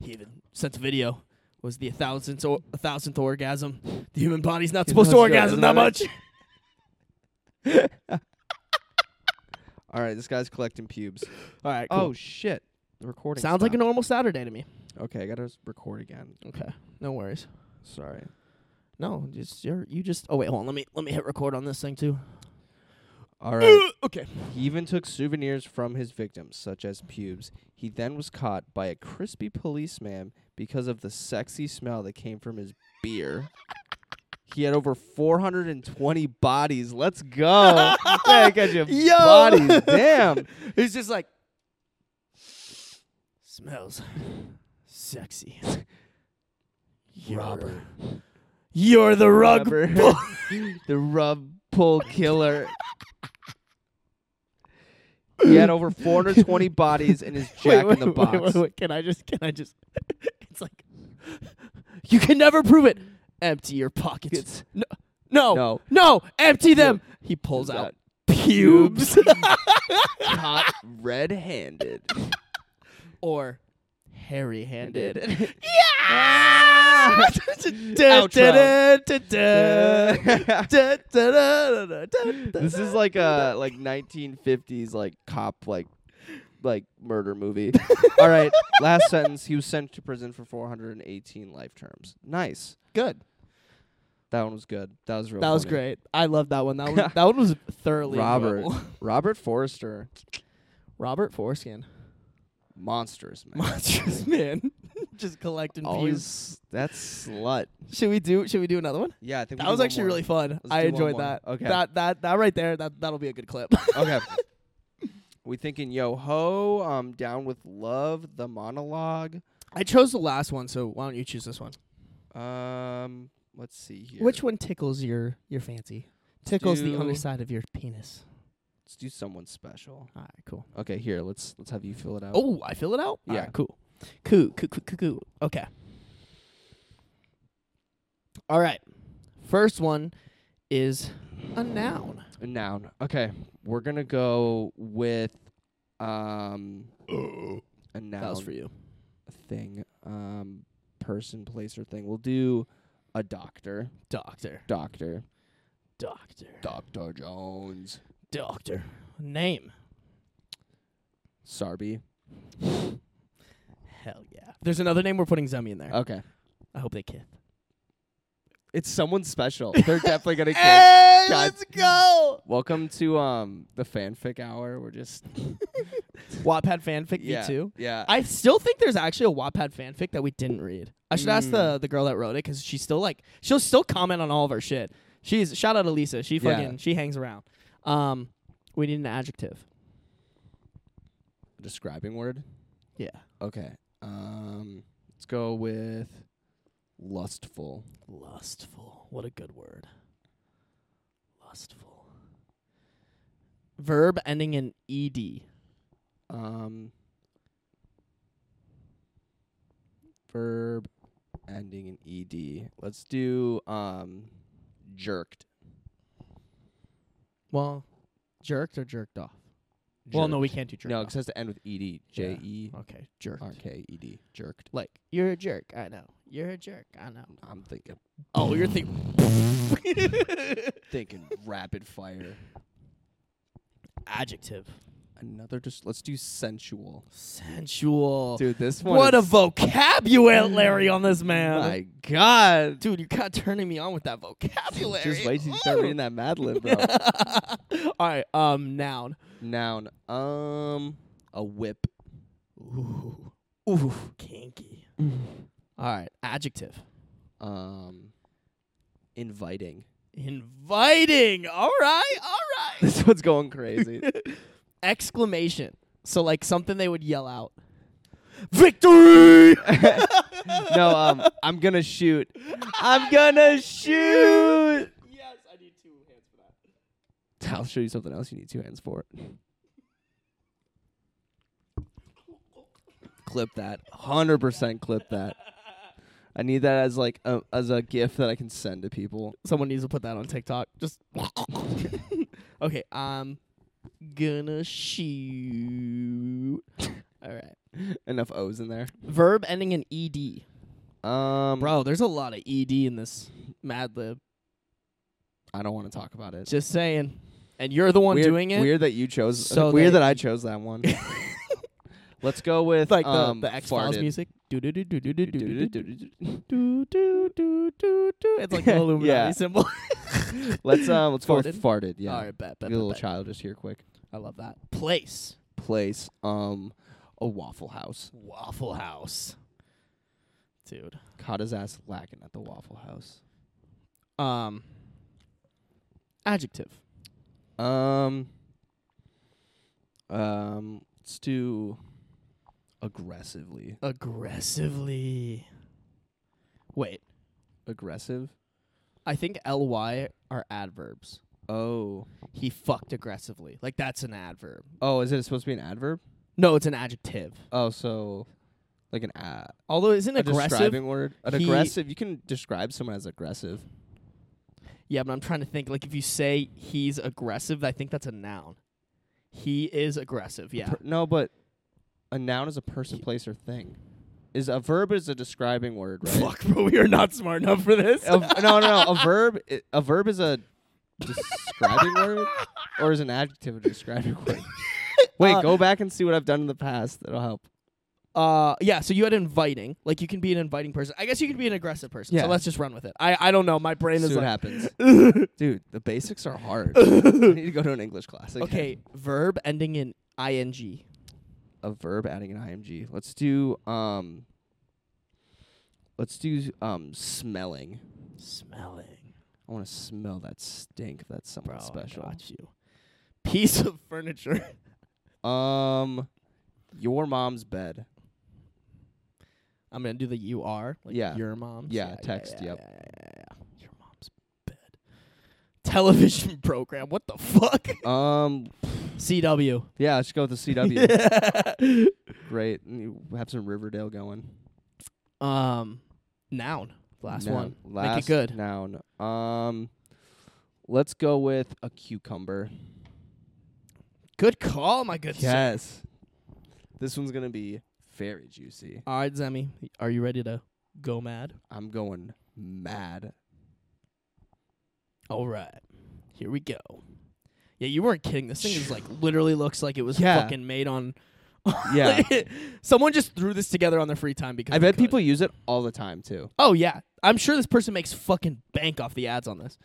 He even sent a video. Was the thousandth or a thousandth orgasm? The human body's not
He's
supposed to
not sure,
orgasm
isn't
that
that
much.
it? All right, this guy's collecting pubes.
All right.
Oh
Cool.
shit. The recording
sounds like a
stopped.
normal Saturday to me.
Okay, I gotta s- record again.
Okay. No worries.
Sorry.
No, just you're, you just. Oh wait, hold on. Let me let me hit record on this thing too.
All right.
okay.
he even took souvenirs from his victims, such as pubes. He then was caught by a crispy policeman because of the sexy smell that came from his beer. He had over 420 bodies. Let's go. Hey, got you
Yo.
bodies. Damn.
He's just like smells sexy. You're-
Robert.
you're the rug.
Robert.
pull-
the rub pull killer. He had over 420 bodies in his Jack
wait,
in the
wait,
Box.
Wait, wait, wait. Can I just? Can I just? It's like you can never prove it. Empty your pockets.
It's-
no, no,
No.
no, Empty them. He pulls
Pulls
out
out
pubes
Caught red-handed.
or hairy handed.
Handed.
yeah!
Outro.
this
This is like a like 1950s like cop like like murder movie. All right, last sentence. He was sent to prison for 418 life terms. Nice.
good.
That one was good. That was real.
That was
funny.
great. I love that one. That one, that one was thoroughly
Robert
enjoyable.
Robert Forrester,
Robert Foreskin.
monsters man.
Monstrous man. Just collecting views.
Always that slut.
Should we do should we do another one?
Yeah, I think we
That
do
was
one
actually
more.
really fun.
Let's
I
do one
enjoyed
more.
that.
Okay.
That that that right there, that that'll be a good clip.
Okay. we thinking yo ho, um, down with love, the monologue.
I chose the last one, so why don't you choose this one?
Um, let's see here.
Which one tickles your your fancy? Tickles the
do-
underside of your penis.
Let's do someone special.
All right, cool.
Okay, here let's let's have you fill it out.
Oh, I fill it out.
Yeah.
Alright, cool. Cool, cool, cool, cool, cool. Okay. All right. First one is a noun.
A noun. Okay, we're gonna go with um a noun
That was for you.
thing, um, person, place, or thing. We'll do a doctor,
Doctor.
doctor,
Doctor.
Doctor Jones,
Doctor. Name.
Sarby.
Hell yeah. There's another name we're putting Zemi in there.
Okay,
I hope they kiss.
it's someone special. They're definitely
Eh.
gonna kiss.
Hey,
God.
let's go.
Welcome to um the fanfic hour. We're just
Wattpad fanfic
yeah,
me too.
Yeah,
I still think there's actually a Wattpad fanfic that we didn't read. I should ask
Mm.
the the girl that wrote it because she's still like she'll still comment on all of our shit. She's shout out to Lisa. She
Yeah.
fucking she hangs around. Um, we need an adjective.
describing word.
Yeah,
Okay, um, let's go with lustful.
lustful. What a good word. Lustful. Verb ending in E ed.
Um, verb ending in ed. Let's do um, jerked.
Well, jerked or jerked off. Well, no, we can't do jerked.
no,
off.
because it has to end with ed. J e
okay, jerked.
r k e d. Jerked.
Like you're a jerk. I know. You're a jerk. I know.
I'm thinking,
Oh, you're thinking
thinking rapid fire.
adjective.
Another just. Let's do sensual.
Sensual.
Dude, this one.
what a
is-
vocabulary on this man.
My God.
Dude, you're kind of turning me on with that vocabulary.
Just wait till you start reading that Mad Lib, bro.
All right. Um, noun.
Noun. Um, a whip.
Ooh. Ooh. Kinky.
Mm.
All right. Adjective.
Um, inviting.
Inviting. All right. All right.
This one's going crazy.
Exclamation. So like something they would yell out. Victory.
no, um, I'm gonna shoot. I'm gonna shoot.
Yes, I need two hands for that.
I'll show you something else you need two hands for. clip that. Hundred percent clip that. I need that as like a, as a gift that I can send to people.
Someone needs to put that on TikTok. Just okay. I'm gonna shoot. All right.
Enough O's in there.
Verb ending in ed.
Um,
Bro, there's a lot of ed in this Mad Lib.
I don't want to talk about it.
Just saying. And you're the one
weird,
doing it.
Weird that you chose.
So
weird
that-
that I chose that one. Let's go with
It's like
um,
the, the X Files
farted.
music. Do do do do do do do do do
music.
do do do do do. It's like the Illuminati
Yeah.
symbol.
Let's um, let's go with
Farted?
farted. Yeah,
All right, bet, bet,
be a
bet,
little
bet.
childish here, quick.
I love that place.
Place um, a Waffle House.
Waffle House. Dude.
Caught his ass lacking at the Waffle House.
Um adjective.
Um, um, let's do aggressively
Aggressively. Wait.
aggressive.
I think ly are adverbs.
Oh,
He fucked aggressively. Like that's an adverb.
oh, is it supposed to be an adverb?
No, it's an adjective.
Oh, so like an a,
Although isn't
a
aggressive?
describing word. An
He-
aggressive. You can describe someone as aggressive.
Yeah, but I'm trying to think. Like if you say he's aggressive, I think that's a noun. He is aggressive. Yeah.
Per- no, but a noun is a person, place, or thing. is a verb is a describing word, right? uh,
Fuck, bro, we are not smart enough for this.
A v- no, no, no. A verb. i- A verb is a describing word, or is an adjective a describing word? Wait,
Uh,
go back and see what I've done in the past. That'll help.
Uh, yeah. So you had inviting. Like you can be an inviting person. I guess you can be an aggressive person.
Yeah.
So let's just run with it. I I don't know. My brain
See
is
what
like.
happens, dude. The basics are hard. I need to go to an English class.
okay, verb ending in ing.
a verb adding an img. Let's do um. Let's do um smelling.
Smelling.
I want to smell that stink. of that something
Bro,
special.
I got you. Piece of furniture.
Um, your mom's bed.
I'm gonna do the you are. Like
Yeah.
Your mom's.
Yeah, text, yep.
Yeah, yeah, yeah, yeah. Your mom's bed. Television program. What the fuck?
Um,
CW.
yeah, let's go with the CW. Great. And you have some Riverdale going.
um, noun. Last
Noun-
one.
Last
Make it good.
Noun. Um, let's go with a cucumber.
Good call, my good sir.
Yes. This one's gonna be very juicy.
All right, Zemi, are you ready to go mad?
I'm going mad.
All right, here we go. Yeah, you weren't kidding. This thing is like literally looks like it was
Yeah.
fucking made on.
Yeah.
someone just threw this together on their free time because
I
they
bet
could.
people use it all the time too.
Oh yeah, I'm sure this person makes fucking bank off the ads on this.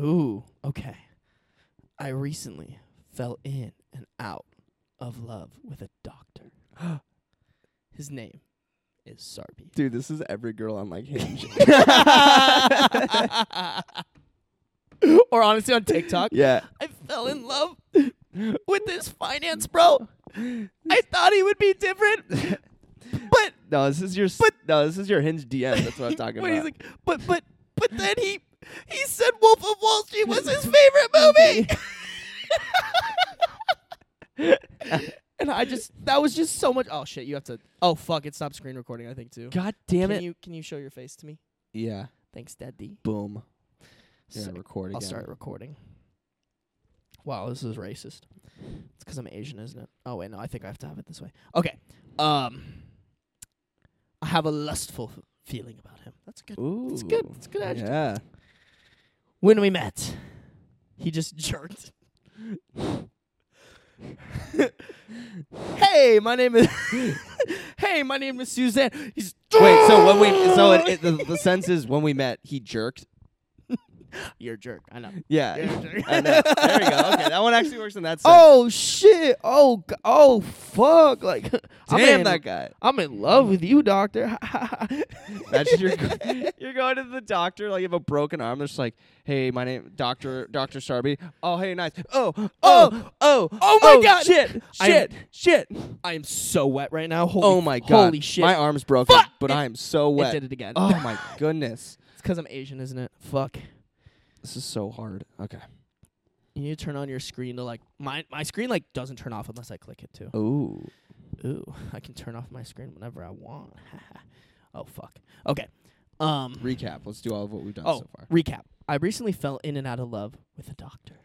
Ooh, okay. I recently fell in and out of love with a doctor. His name is Sarby.
Dude, this is every girl on like Hinge.
or honestly on TikTok.
yeah.
I fell in love with this finance bro. I thought he would be different. But
No, this is your s-
But-
no, this is your Hinge DM. That's what I'm talking
but
about.
he's like, but but but then he he said Wolf of Wall Street was his favorite movie. and I just that was just so much oh shit, you have to oh fuck, it stopped screen recording, I think too.
God damn
can
it.
you can you show your face to me?
yeah.
Thanks, Daddy.
Boom. Yeah,
So-
record again.
I'll start recording. Wow, this is racist. It's because I'm Asian, isn't it? Oh wait, no, I think I have to have it this way. Okay. Um I have a lustful f- feeling about him. That's good.
Ooh.
It's good. It's good adjective.
Yeah.
When we met, he just jerked. hey, my name is Hey, my name is Suzanne. He's
Wait, so when we so it, it, the, the sense is when we met, he jerked.
You're a jerk. I know.
Yeah.
You're a jerk.
I know. There we go. Okay, that one actually works in that sense.
Oh shit! Oh g- oh fuck! Like I'm
damn
in,
that guy.
I'm in love with you, doctor.
Imagine you're go- you're going to the doctor, like you have a broken arm. They're just like, hey, my name Doctor Doctor Sarby. Oh, hey, nice. Oh, oh, oh, oh,
oh my God.
Shit, shit,
I'm-
shit.
I am so wet right now. Holy,
Oh my god.
Holy shit!
My arm's broken,
Fuck.
but
It-
I am so
It
wet.
did it again.
Oh my goodness.
it's because I'm Asian, isn't it? Fuck.
This is so hard. Okay.
You need to turn on your screen to like my my screen like doesn't turn off unless I click it too.
Oh. Ooh.
Ooh, I can turn off my screen whenever I want. oh fuck. Okay. Um.
Recap. Let's do all of what we've done
oh,
so far.
recap. I recently fell in and out of love with a doctor.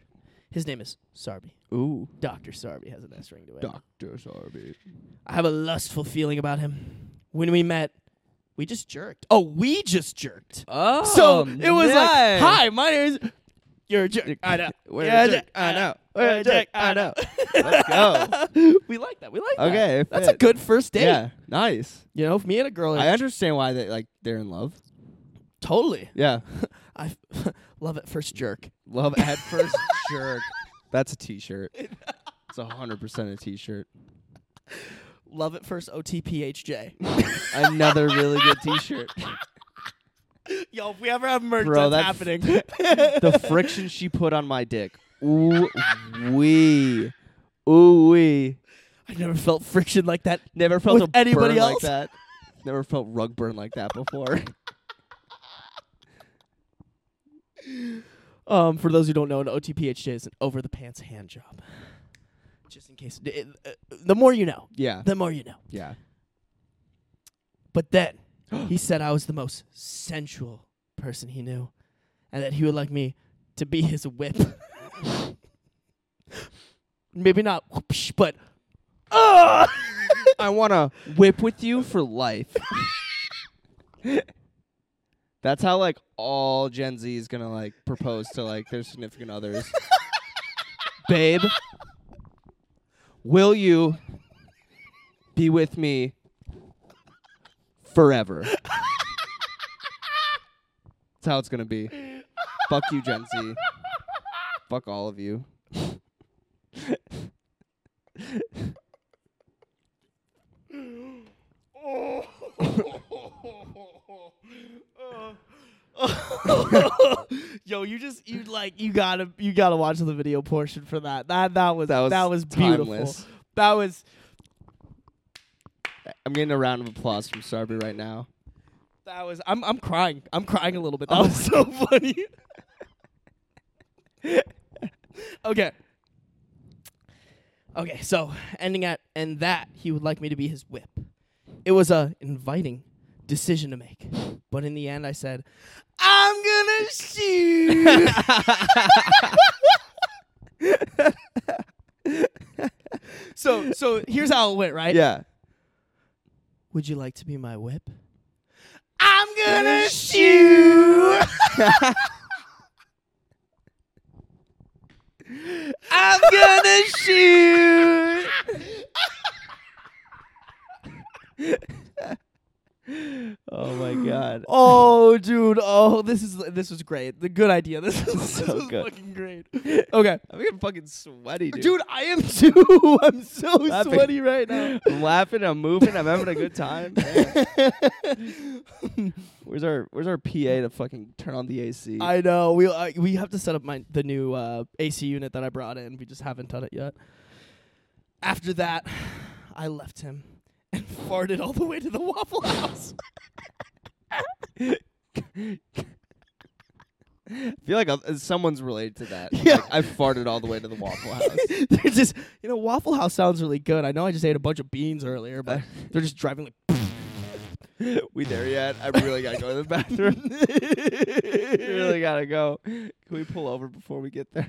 His name is Sarby.
Ooh.
Doctor Sarby has an S ring to it.
Doctor Sarby.
I have a lustful feeling about him. When we met, we just jerked. Oh, we just jerked.
Oh,
so it was like, "Hi, my name is." You're a jerk. I know.
We're
You're
a jerk. I know.
We're a jerk. I know.
Let's go.
we like that. We like that.
Okay, it
that's a
fit.
good first date.
Yeah, nice.
You know, if me and a girl, are
I understand why they like they're in love.
totally.
Yeah,
I love at first jerk.
love at first jerk. That's a T-shirt. It's a hundred percent a T-shirt.
Love at first OTPHJ.
Another really good T-shirt.
Yo, if we ever have merch,
Bro,
that's
that
happening.
The friction she put on my dick. Ooh wee, ooh wee.
I never felt friction like that.
Never felt
With
a
anybody
burn like
else?
that. Never felt rug burn like that before.
Um, for those who don't know, an OTPHJ is an over the pants hand job. Just in case, d- it- uh, the more you know,
yeah,
the more you know.
yeah.
But then he said I was the most sensual person he knew, and that he would like me to be his whip. Maybe not, whoopsh, but oh,
I want to whip with you for life. That's how like all Gen Z is gonna like propose to like their significant others. Babe, will you be with me forever? That's how it's gonna be. Fuck you, Gen Z. Fuck all of you.
Yo, you just you like you gotta you gotta watch the video portion for that. That that was
That
that
was
was,
timeless.
beautiful. That was
I'm getting a round of applause from Sarby right now.
that was I'm I'm crying. I'm crying a little bit. That was so funny. okay. Okay, so ending at and that he would like me to be his whip. It was a inviting decision to make. But in the end I said, I'm gonna shoot So so here's how it went, right?
Yeah.
Would you like to be my whip? I'm gonna shoot. I'm gonna shoot.
Oh my god.
Oh, dude. Oh, this is this was great. The good idea. This is
So
this was
good.
fucking great. Okay,
I'm getting fucking sweaty, dude.
dude. I am too. I'm so
Laughing.
sweaty right now.
I'm laughing, I'm moving, I'm having a good time. Man. where's our where's our PA to fucking turn on the AC?
I know. We I we have to set up my the new uh, AC unit that I brought in. We just haven't done it yet. After that, I left him and farted all the way to the Waffle House.
feel like i someone's related to that.
Yeah.
Like, I farted all the way to the Waffle House.
they're just, you know, Waffle House sounds really good. I know I just ate a bunch of beans earlier, but they're just driving like.
we there yet? I really gotta go to the bathroom. really gotta go. Can we pull over before we get there?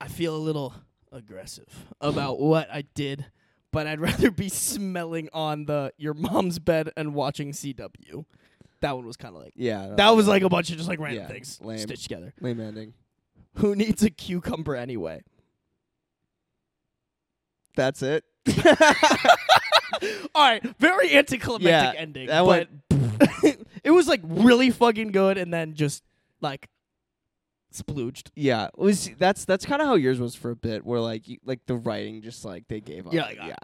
I feel a little aggressive about what I did, but I'd rather be smelling on the your mom's bed and watching CW. That one was kind of like.
Yeah. no,
That was like a bunch of just like random
Um, Yeah,
things
lame.
stitched together.
lame ending.
Who needs a cucumber anyway?
That's it.
All right, very anticlimactic
Yeah,
ending.
that
but it was like really fucking good, and then just like splooged.
Yeah, well, see, that's that's kind of how yours was for a bit, where like you, like the writing just like they gave up.
Yeah, like, uh,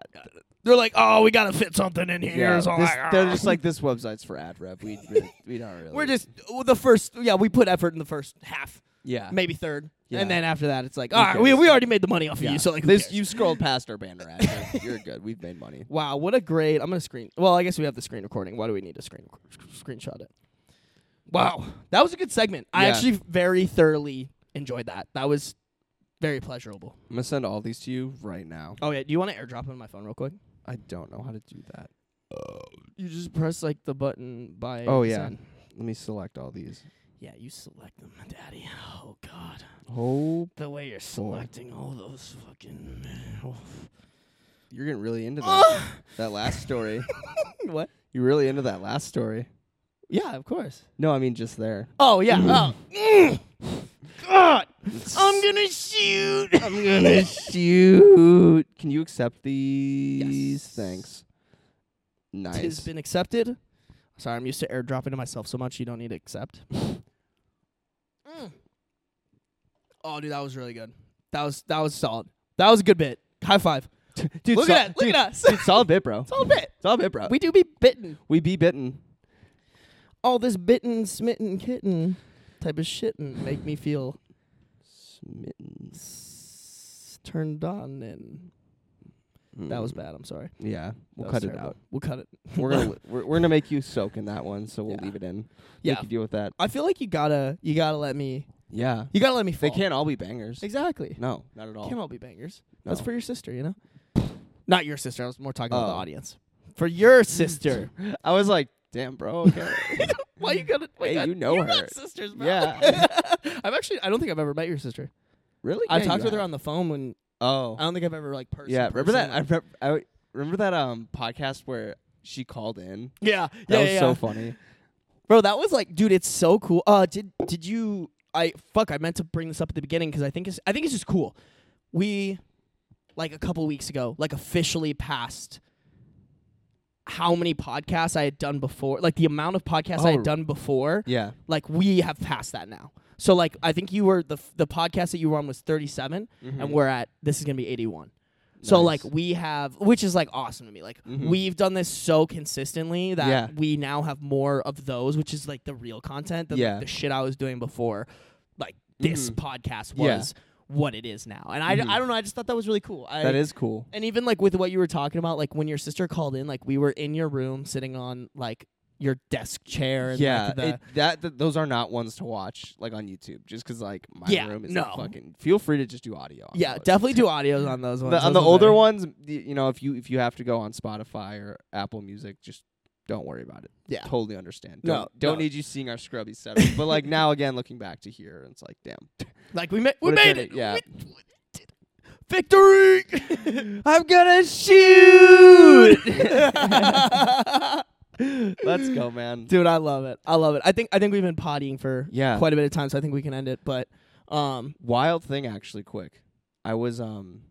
They're like, oh, we gotta fit something in here.
yeah.
so
this-
like,
they're
ah.
just like this website's for ad rev. We really, we don't really.
we're just well, the first. Yeah, we put effort in the first half,
yeah.
maybe third,
Yeah.
and then after that, it's like,
Who
all right, we,
cares?
we already made the money off of
yeah.
you, so like, who
this,
cares?
you scrolled past our banner ad. You're- You're good. We've made money.
wow, what a great. I'm gonna screen. Well, I guess we have the screen recording. Why do we need to screen screenshot it? Wow, that was a good segment. I
Yeah.
actually very thoroughly enjoyed that. That was very pleasurable.
I'm gonna send all these to you right now.
Oh yeah, do you want to airdrop on my phone real quick?
I don't know how to do that.
You just press like the button by.
Oh, yeah. send. Let me select all these.
Yeah, you select them, Daddy. Oh God,
Oh,
the way you're selecting all those fucking.
you're getting really into that. that last story.
what?
You're really into that last story.
Yeah, of course.
No, I mean just there.
Oh yeah. oh. Mm. God, I'm gonna shoot.
I'm gonna shoot. Can you accept these?
Yes.
Thanks. Nice.
Tis been accepted. Sorry, I'm used to airdropping to myself so much. You don't need to accept. Mm. Oh, dude, that was really good. That was that was solid. That was a good bit. High five.
dude,
look
sol-
at that. Look
dude,
at us.
dude, solid bit, bro.
Solid bit.
Solid bit, bro. We,
We do be bitten.
we be bitten.
all this bitten, smitten, kitten type of shit and make me feel
Smitten.
s- turned on. And that was bad. I'm sorry.
Mm, Yeah, we'll
That
cut
was
it
terrible.
out.
Mm. We'll cut it.
We're gonna li- we're, we're gonna make you soak in that one, so we'll
Yeah.
leave it in.
Yeah.
Make you deal with that.
I feel like you gotta, you gotta let me,
Yeah,
you gotta let me. Fall.
they can't all be bangers.
exactly.
No, not at all.
Can't all be bangers. That's
No.
for your sister, you know. Not your sister. I was more talking about the
Oh.
audience. For your sister.
I was like, damn, bro. Okay.
Why you gotta? wait,
Hey,
that-
you know
you're
her.
not sisters, bro.
Yeah.
I've actually, I don't think I've ever met your sister.
really?
I
Yeah,
talked
you
with her
have.
on the phone when
Oh.
I don't think I've ever like personally.
yeah. Remember that? I, rep- I w- Remember that um podcast where she called in?
Yeah,
That
yeah,
was
yeah.
so
yeah.
funny.
Bro, that was like, dude, it's so cool. Uh, did did you? I fuck, I meant to bring this up at the beginning because I think it's I think it's just cool. We, like a couple weeks ago, like officially passed how many podcasts I had done before, like the amount of podcasts I
Oh.
had done before.
Yeah.
Like we have passed that now. So like I think you were the f- the podcast that you were on was 37 and we're at this is going to be 81. So
Mm-hmm. Nice.
like we have which is like awesome to me. Like
Mhm.
we've done this so consistently that
Yeah.
we now have more of those which is like the real content than like,
Yeah.
the shit I was doing before. Like this
Mhm.
podcast
Yeah.
was what it is now. And I,
Mhm.
I don't know, I just thought that was really cool. I,
that is cool.
and even like with what you were talking about, like when your sister called in, like we were in your room sitting on like your desk chair. And,
Yeah,
like, the,
it, that th- those are not ones to watch like on YouTube, just because like my
Yeah,
room is
no.
fucking. Feel free to just do audio. on
yeah,
those.
definitely do audios on those ones.
The, on the
Those are
older
better.
ones, y- you know, if you if you have to go on Spotify or Apple Music, just don't worry about it.
Yeah.
totally understand.
No,
Don't, don't
no.
need you seeing our scrubby setup. but like now again, looking back to here, it's like damn,
Like we, ma- we
Would've
made
done
it.
it, yeah.
We- we did it. Victory.
I'm gonna shoot. Let's go, man.
Dude, I love it. I love it. I think I think we've been pottying for
Yeah.
quite a bit of time, so I think we can end it. But um
Wild thing, actually, quick. I was um,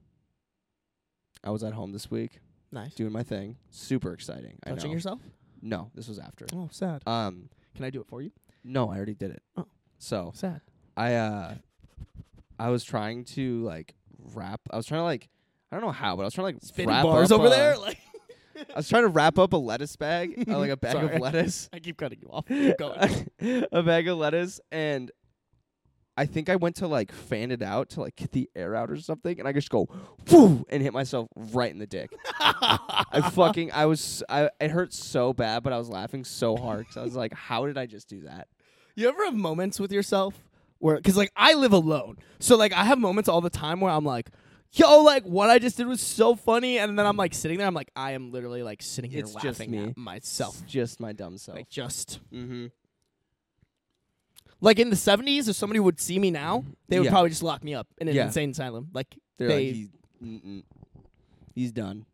I was at home this week
nice.
doing my thing. Super exciting. I
Touching
know.
yourself?
No, this was after.
Oh, sad.
Um,
Can I do it for you?
no, I already did it.
Oh.
So
Sad.
I uh, I was trying to like wrap. I was trying to like, I don't know how, but I was trying to like
Spitting
wrap
bars
up uh,
over
a-
there. Like
I was trying to wrap up a lettuce bag, uh, like a bag
Sorry.
of lettuce.
I keep cutting you off. Keep going.
a bag of lettuce and I think I went to like fan it out to like get the air out or something and I just go whoo and hit myself right in the dick. I fucking I was I it hurt so bad but I was laughing so hard cuz I was like how did I just do that?
You ever have moments with yourself where, because like I live alone, so like I have moments all the time where I'm like, yo, like what I just did was so funny, and then I'm like sitting there, I'm like, I am literally like sitting here
It's just
laughing
me. Oh.
at myself,
It's just my dumb self.
like just
mhm.
like in the '70s, if somebody would see me now, they would
Yeah.
probably just lock me up in an
Yeah.
insane asylum, like
They're
they
like he's mm-mm. he's done.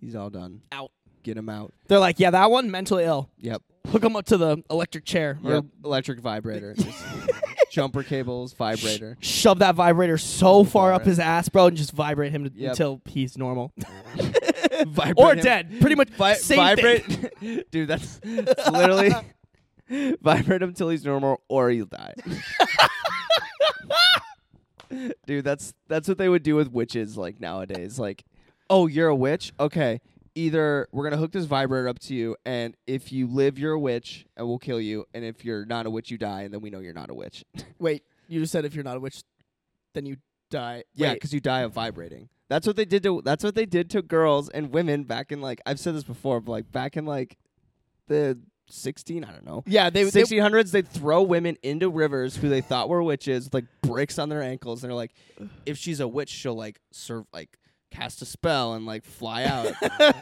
He's all done.
out.
Get him out.
They're like, yeah, that one mentally ill.
Yep.
Hook him up to the electric chair
Yep. Electric vibrator. Just jumper cables, vibrator.
or shove that vibrator so far up
Alright.
his ass, bro, and just vibrate him to,
Yep.
until he's normal
vibrate
or
him.
dead. Pretty much
Vi-
same thing.
vibrate, dude. That's it's literally vibrate him till he's normal or he'll die. dude, that's that's what they would do with witches like nowadays. Like, oh, you're a witch. Okay, either we're gonna hook this vibrator up to you, and if you live, you're a witch, and we'll kill you. And if you're not a witch, you die, and then we know you're not a witch.
Wait, you just said if you're not a witch, then you die.
yeah,
Wait,
because you die of vibrating. That's what they did to. That's what they did to girls and women back in like I've said this before, but like back in like the sixteen, I don't know.
yeah, they, they
1600s, they throw women into rivers who they thought were witches, with, like bricks on their ankles. And they're like, if she's a witch, she'll like serve, like cast a spell and like fly out.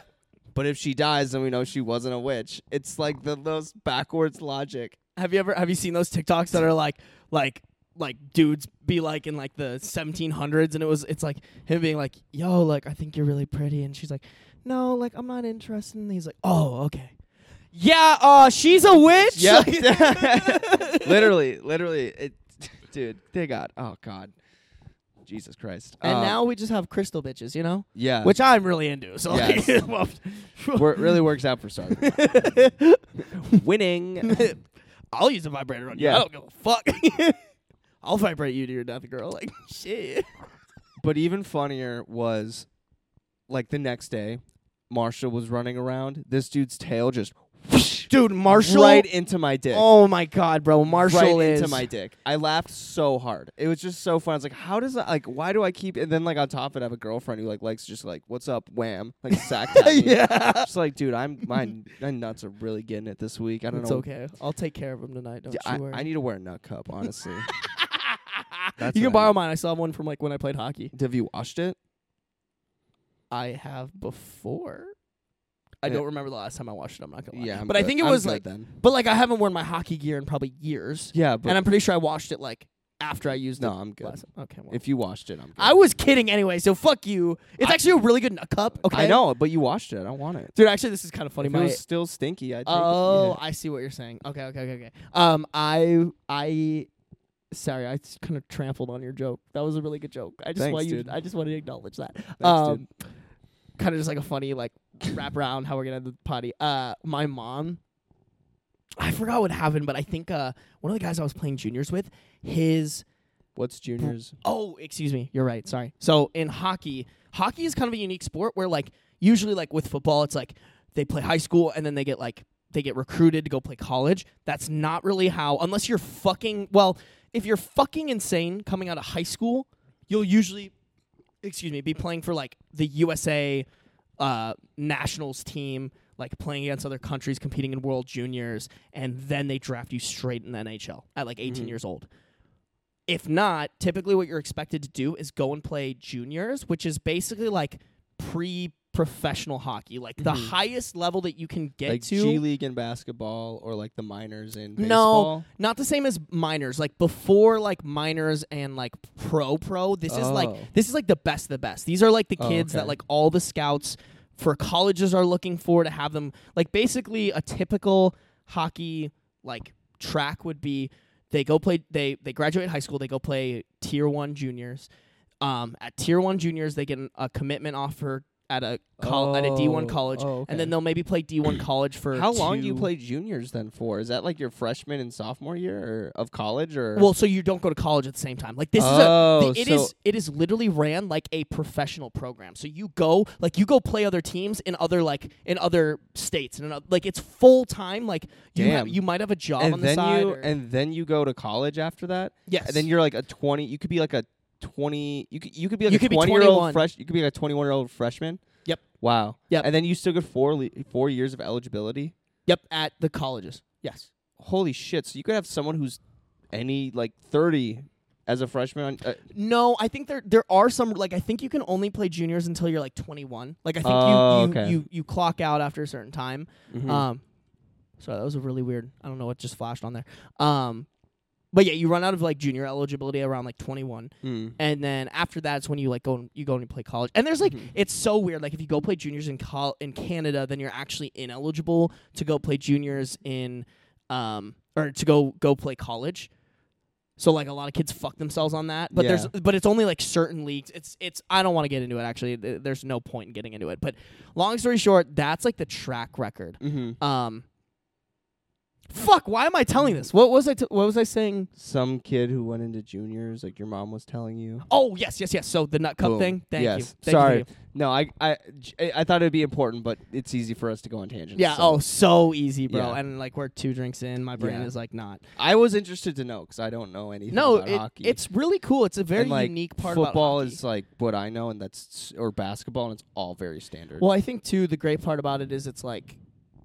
but if she dies, then we know she wasn't a witch. It's like the most backwards logic.
have you ever have you seen those TikToks that are like like like dudes be like in like the 1700s and it was it's like him being like yo like I think you're really pretty and she's like no like I'm not interested and he's like oh okay yeah uh she's a witch
Yep.
Like-
literally, literally, it, dude. They got oh god, Jesus Christ.
and
Um,
now we just have crystal bitches you know
yeah,
which I'm really into so like,
Yes. wor- really works out for Sark. Winning.
I'll use a vibrator on you.
Yeah.
I don't give a fuck. I'll vibrate you to your death, girl. Like shit.
But even funnier was like the next day, Marshall was running around. This dude's tail just whoosh,
Dude, Marshall.
right into my dick.
oh my god, bro. Marshall
right
is.
into my dick. I laughed so hard. It was just so fun. I was like, how does that like why do I keep and then like on top of it I have a girlfriend who like likes just like, what's up, wham? Like sack tap me.
yeah.
Just like, dude, I'm my, my nuts are really getting it this week. I don't
It's
know.
okay. I'll take care of him tonight. Don't
D- I,
you worry.
I need to wear a nut cup, honestly. That's
you
what
can
I
borrow mine. I still have one from like when I played hockey.
need. Have you washed it?
I have before. I
Yeah.
don't remember the last time I watched it. I'm not gonna lie.
Yeah, I'm
but I
good.
think it
I'm
was
good
like,
then.
but like I haven't worn my hockey gear in probably years,
Yeah, but
and I'm pretty sure I watched it like after I used
No,
it.
I'm good.
last time. Okay. Well.
If you washed it, I'm good.
I was kidding anyway, so fuck you. It's actually a really good n- cup. Okay.
I know, but you washed it. I want it.
Dude, actually, this is kind of funny.
If
My-
it was still stinky, I'd take
Oh,
it. Yeah.
I see what you're saying. Okay, okay, okay, okay. Um, I, I, sorry, I kind of trampled on your joke. That was a really good joke. I just
Thanks,
want you.
dude.
I just wanted to acknowledge that.
Thanks, dude.
kind of Um, just like a funny like wrap around how we're gonna end the party. Uh, my mom. I forgot what happened, but I think uh one of the guys I was playing juniors with, his
What's juniors?
Oh, excuse me. You're right. Sorry. So in hockey, hockey is kind of a unique sport where like usually like with football, it's like they play high school and then they get like they get recruited to go play college. That's not really how unless you're fucking well, if you're fucking insane coming out of high school, you'll usually excuse me, be playing for like the USA uh, nationals team, like playing against other countries, competing in World Juniors, and then they draft you straight in the NHL at like
Mm-hmm.
18 years old. If not, typically what you're expected to do is go and play juniors, which is basically like pre professional hockey, like the highest level that you can get
Mm-hmm. Like
to.
G League in basketball or like the minors in
No,
baseball?
not the same as minors. Like before, like minors and like pro pro. This is
Oh.
like this is like the best of the best. These are like the
Oh,
kids that
okay.
like all the scouts for colleges are looking for to have them. Like basically, a typical hockey like track would be they go play they they graduate high school they go play tier one juniors. Um, at tier one juniors they get an, a commitment offer at a col- at a D one
Oh,
college,
oh, okay.
and then they'll maybe play D one college for
How long do you
two-
play juniors then for? Is that like your freshman and sophomore year or of college or
Well, so you don't go to college at the same time. Like this
Oh,
is a, th- it
so-
is- it is literally ran like a professional program. So you go like you go play other teams in other like in other states and in, oth- like it's full time. Like you have,
Damn.
you might have a job
and
on the
then
side.
you
or-
and then you go to college after that?
yes,
And then you're like a 20, you could be like a 20 you could, you could be like
You
a
could be
20 year old
21.
fresh you could be like a 21 year old freshman.
Yep.
Wow.
Yep.
And then you still get 4 le- 4 years of eligibility.
yep at the colleges. Yes,
Holy shit. So you could have someone who's any like 30 as a freshman on uh,
no, I think there there are some like I think you can only play juniors until you're like 21. Like I think
Oh,
you you,
okay.
you you clock out after a certain time.
mhm.
Um, sorry, that was a really weird. I don't know what just flashed on there. Um, but yeah, you run out of like junior eligibility around like 21,
Mm.
and then after that's when you like go and you go and you play college. And there's like
Mm-hmm.
it's so weird. Like if you go play juniors in col- in Canada, then you're actually ineligible to go play juniors in um or to go go play college. So like a lot of kids fuck themselves on that, but there's but it's only like certain leagues. It's it's I don't want to get into it actually. Th- There's no point in getting into it. But long story short, that's like the track record.
Mhm.
Um, fuck. Why am I telling this? What was I? T- what was I saying?
Some kid who went into juniors like your mom was telling you.
Oh yes, yes, yes. So the nut cup
Boom.
thing. Thank
yes.
you. Thank
Sorry.
You, thank
No, I, I, j- I thought it'd be important, but it's easy for us to go on tangents.
you. Yeah.
so.
Oh, so easy, bro.
Yeah.
And like we're two drinks in, my brain
Yeah.
is like not.
I was interested to know because I don't know anything
No,
about
it,
hockey.
it's really cool. It's a very
And, like,
unique part. about
football
hockey.
is like what I know, and that's or basketball, and it's all very standard.
Well, I think too the great part about it is it's like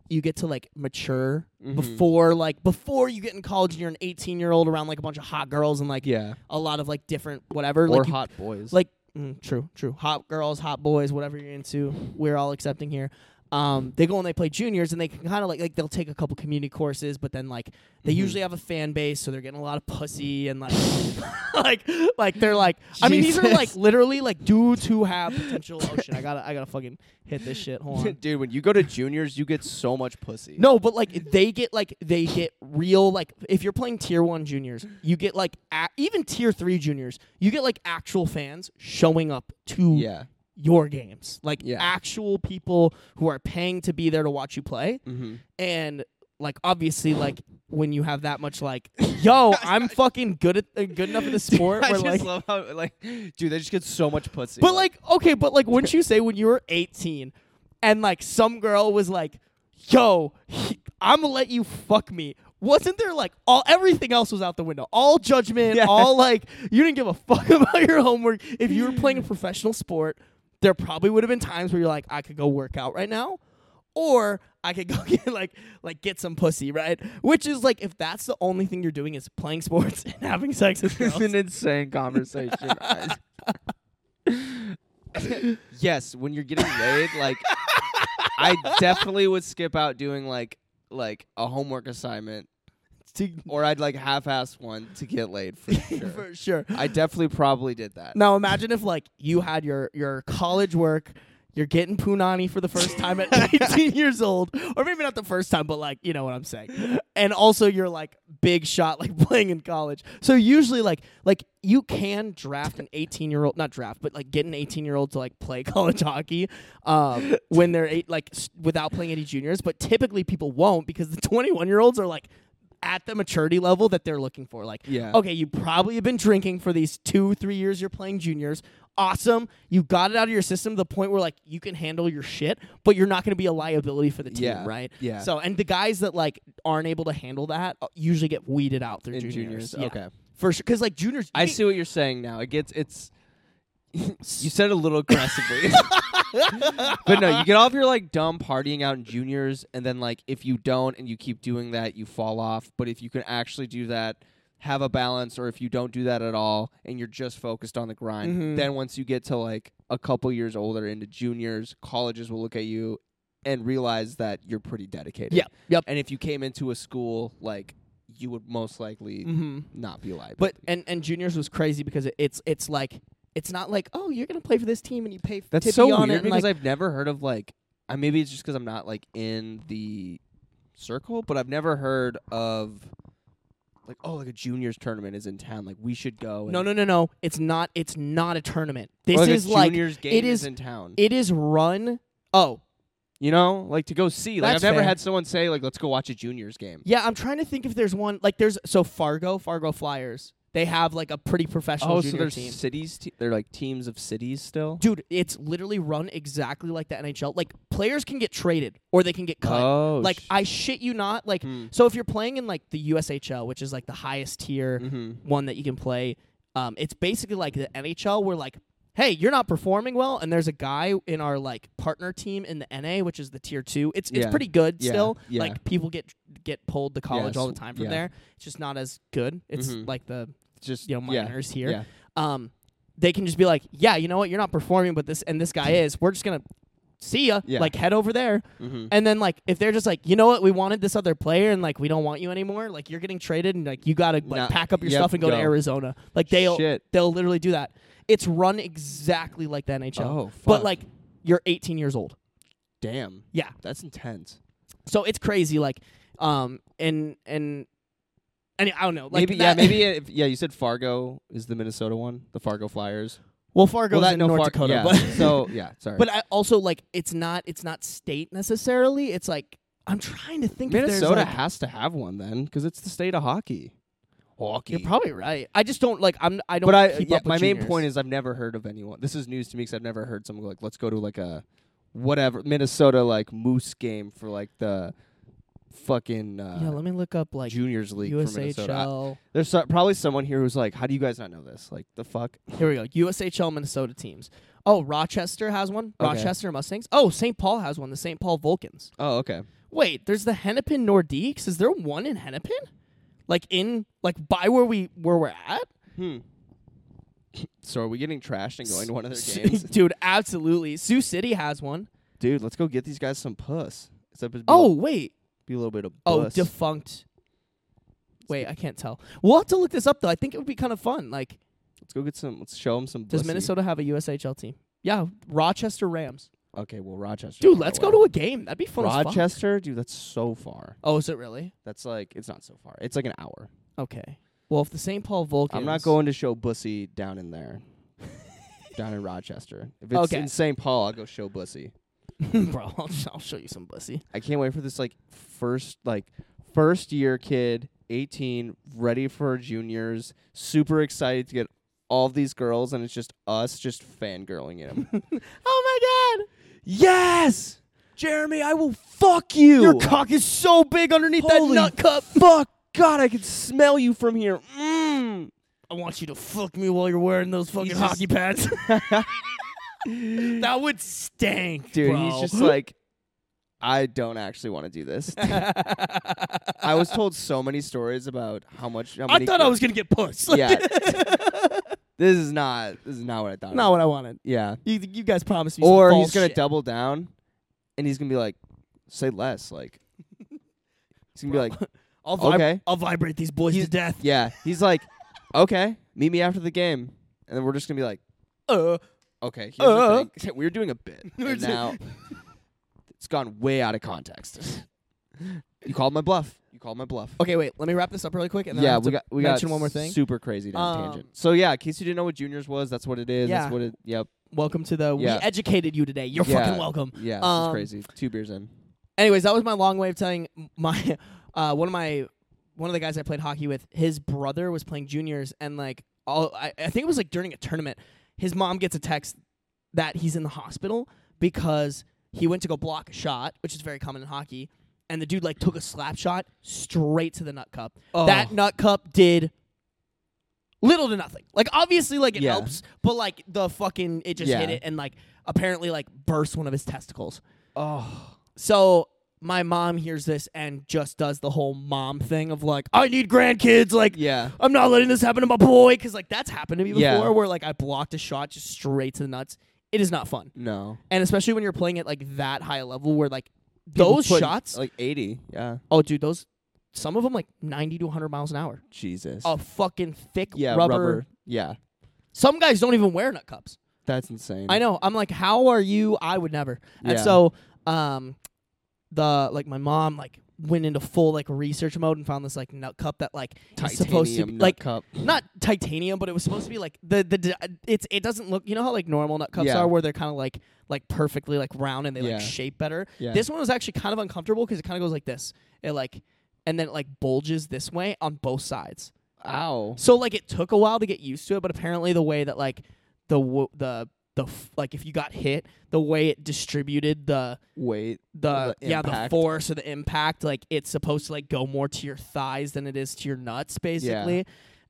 you get to like mature
Mhm.
before like before you get in college and you're an 18 year old around like a bunch of hot girls and like
yeah,
a lot of like different whatever
or
like you
hot boys.
like mm, true true hot girls hot boys whatever you're into we're all accepting here um, they go and they play juniors and they can kind of like like they'll take a couple community courses but then like they
Mhm.
usually have a fan base so they're getting a lot of pussy and like like like they're like i mean these are like
Jesus.
literally like dudes who have potential oh shit i gotta i gotta fucking hit this shit hold on
dude, when you go to juniors, you get so much pussy.
no but like they get like they get real like if you're playing tier one juniors you get like a- even tier three juniors you get like actual fans showing up to
yeah,
your games. Like
Yeah.
actual people who are paying to be there to watch you play.
mm-hmm.
And like obviously like when you have that much like yo, I'm fucking good at uh, good enough at the sport
I
where
just
like
love how like, dude, they just get so much pussy.
But like okay, but like wouldn't you say when you were 18 and like some girl was like, "Yo, I'm going to let you fuck me." Wasn't there like all everything else was out the window. All judgment,
Yeah.
all like you didn't give a fuck about your homework. If you were playing a professional sport, there probably would have been times where you're like, "I could go work out right now." Or I could go get like like get some pussy, right? Which is like if that's the only thing you're doing is playing sports and having sex with girls.
insane conversation. yes, when you're getting laid, like I definitely would skip out doing like like a homework assignment
to
or I'd like half-ass one to get laid for sure.
for sure.
I definitely probably did that.
Now imagine if like you had your your college work, you're getting punani for the first time at 19 years old, or maybe not the first time, but like you know what I'm saying. And also you're like big shot, like playing in college. So usually like like you can draft an 18 year old, not draft, but like get an 18 year old to like play college hockey um, when they're eight, like s- without playing any juniors. But typically people won't because the 21 year olds are like at the maturity level that they're looking for. Like
Yeah.
okay, you probably have been drinking for these two, three years you're playing juniors. Awesome. You got it out of your system to the point where like you can handle your shit, but you're not going to be a liability for the team,
Yeah,
right?
yeah.
So, and the guys that like aren't able to handle that uh, usually get weeded out through
In
juniors.
juniors,
Yeah,
okay.
For sure. Because like juniors, you
I
can-
see what you're saying now. It gets it's. you said it a little aggressively, but no, you get off your like dumb partying out in juniors, and then like if you don't and you keep doing that, you fall off. But if you can actually do that, have a balance, or if you don't do that at all and you're just focused on the grind,
Mhm.
then once you get to like a couple years older into juniors, colleges will look at you and realize that you're pretty dedicated.
Yep. Yep.
And if you came into a school like you would most likely
Mm-hmm.
not be liable.
But and and juniors was crazy because it, it's it's like it's not like oh you're gonna play for this team and you pay
That's
tippy
so
on
weird
it and,
because
like,
I've never heard of like. I maybe it's just because I'm not like in the circle, but I've never heard of like oh like a juniors tournament is in town. Like we should go. And,
no no no no it's not it's not a tournament
or,
this
like,
is
a
like
juniors game
it
is,
is
in town.
it is run oh
you know, like to go see. Like
That's
I've never
fair.
had someone say like let's go watch a juniors game.
Yeah, I'm trying to think if there's one like there's so Fargo, Fargo Flyers. They have like a pretty professional
Oh, so
junior
there's
team.
cities. Te- they're like teams of cities still.
Dude, it's literally run exactly like the NHL. Like players can get traded or they can get cut.
Oh,
like
sh-
I shit you not. Like
Hmm.
so if you're playing in like the USHL, which is like the highest tier
Mhm.
one that you can play, um, it's basically like the NHL where like, hey, you're not performing well, and there's a guy in our like partner team in the NA, which is the tier two. It's it's
Yeah.
pretty good
Yeah.
still.
Yeah.
Like people get get pulled to college
Yes.
all the time from
Yeah.
there. It's just not as good. It's
Mhm.
like the
just
you know
yeah,
minors here.
Yeah.
Um, they can just be like, yeah, you know what, you're not performing, but this and this guy is. We're just gonna see ya.
Yeah.
Like head over there.
Mhm.
And then like if they're just like, you know what, we wanted this other player and like we don't want you anymore, like you're getting traded and like you gotta like
Nah,
pack up your
yep,
stuff and go,
go.
to Arizona. Like they'll
Shit.
they'll literally do that. It's run exactly like the NHL.
Oh,
But
fuck.
like you're 18 years old.
Damn.
Yeah.
That's intense.
So it's crazy. Like, um, and and and I don't know. Like
maybe
that-
yeah, maybe if, yeah. You said Fargo is the Minnesota one, the Fargo Flyers.
Well, Fargo's in North
Far-
Dakota,
yeah.
but
so yeah, sorry.
but I also like it's not it's not state necessarily. It's like I'm trying to think. if there's,
Minnesota
like-
has to have one then, because it's the state of hockey. Hockey.
You're probably right. I just don't like. I'm. I don't.
but I
keep
yeah,
up with
my main
juniors.
point is I've never heard of anyone. This is news to me because I've never heard someone go like, let's go to like a whatever Minnesota like Moose game for like the fucking uh,
yeah, let me look up like
juniors league for Minnesota. I-
USHL.
there's so- probably someone here who's like, how do you guys not know this? Like the fuck.
Here we go. USHL Minnesota teams. Oh, Rochester has one.
Okay.
Rochester Mustangs. Oh, St. Paul has one. The St. Paul Vulcans.
Oh okay.
Wait, there's the Hennepin Nordiques. Is there one in Hennepin? Like in like by where we where we're at?
Hmm. So are we getting trashed and going to one of
S-
their games?
Dude, absolutely. Sioux City has one.
Dude, let's go get these guys some puss. Except it'd be a-
Oh, wait.
be a little bit of
Oh,
bus.
defunct. Wait, I can't tell. We'll have to look this up though. I think it would be kind of fun. Like,
let's go get some. Let's show them some.
does
bussy.
Minnesota have a USHL team? Yeah, Rochester Rams.
Okay, well Rochester.
Dude, let's go to a game. That'd be fun. as fuck.
Rochester, dude. That's so far.
Oh, is it really?
That's like it's not so far. It's like an hour.
Okay. Well, if the St. Paul Vulcans.
I'm not going to show bussy down in there, down in Rochester. If it's
Okay.
in St. Paul, I'll go show bussy.
Bro, I'll, I'll show you some pussy.
I can't wait for this like first like first year kid, 18, ready for juniors, super excited to get all these girls, and it's just us just fangirling at him.
Oh my god!
yes, Jeremy, I will fuck you.
Your cock is so big underneath
Holy
that nut cup.
fuck god i can smell you from here mm.
I want you to fuck me while you're wearing those fucking
just-
hockey pads. that would stank,
dude
bro.
he's just like i don't actually want to do this i was told so many stories about how much how
I
many
thought I was gonna get puss.
yeah this is not this is not what i thought
not what I wanted.
yeah
You, you guys promised me. some
or
false
he's gonna
shit.
double down and he's gonna be like say less like he's gonna be like
I'll vib-
Okay.
I'll vibrate these boys
He's-
to death.
Yeah, he's like, okay, meet me after the game, and then we're just gonna be like,
Uh,
okay, here's
Uh.
the thing. we were doing a bit,
We're
and
doing-
now it's gone way out of context. you called my bluff. You called my bluff.
okay, wait. Let me wrap this up really quick, and then I
yeah,
have
we
to
got we got
mention one more thing.
Super crazy down
Um,
tangent. So yeah, in case you didn't know what juniors was, that's what it is.
Yeah.
That's what it. Yep.
welcome to the.
Yeah.
We educated you today. You're
Yeah.
fucking welcome.
Yeah, this
Um,
is crazy. Two beers in.
anyways, that was my long way of telling my uh, one of my one of the guys I played hockey with. His brother was playing juniors, and like all I, I think it was like during a tournament, his mom gets a text that he's in the hospital because he went to go block a shot, which is very common in hockey, and the dude like took a slap shot straight to the nut cup.
Oh.
That nut cup did. Little to nothing. Like obviously, like it
Yeah.
helps, but like the fucking it just hit
Yeah.
it and like apparently like burst one of his testicles.
Oh,
So my mom hears this and just does the whole mom thing of like, I need grandkids. Like,
yeah.
I'm not letting this happen to my boy. Cause like that's happened to me before
Yeah.
where like I blocked a shot just straight to the nuts. It is not fun.
No.
And especially when you're playing at like that high a level where like
People
those
put
shots,
like 80. Yeah.
oh dude, those, some of them like 90 to 100 miles an hour.
Jesus.
A fucking thick
yeah,
Oh, rubber.
Yeah.
Some guys don't even wear nut cups.
That's insane.
I know. I'm like, how are you? I would never. And
Yeah.
so, um, the like my mom like went into full like research mode and found this like nut cup that like is supposed to
Titanium
be,
nut
like
cup.
not titanium, but it was supposed to be like the the d- it's it doesn't look. You know how like normal nut cups
Yeah.
are where they're kind of like like perfectly like round and they
Yeah.
like shape better.
Yeah.
This one was actually kind of uncomfortable because it kind of goes like this. It like and then it like bulges this way on both sides.
Ow.
So like it took a while to get used to it, but apparently the way that like the wo- the the f- like if you got hit, the way it distributed the
Wait.
the,
The
yeah the
impact.
force or the impact, like it's supposed to like go more to your thighs than it is to your nuts, basically.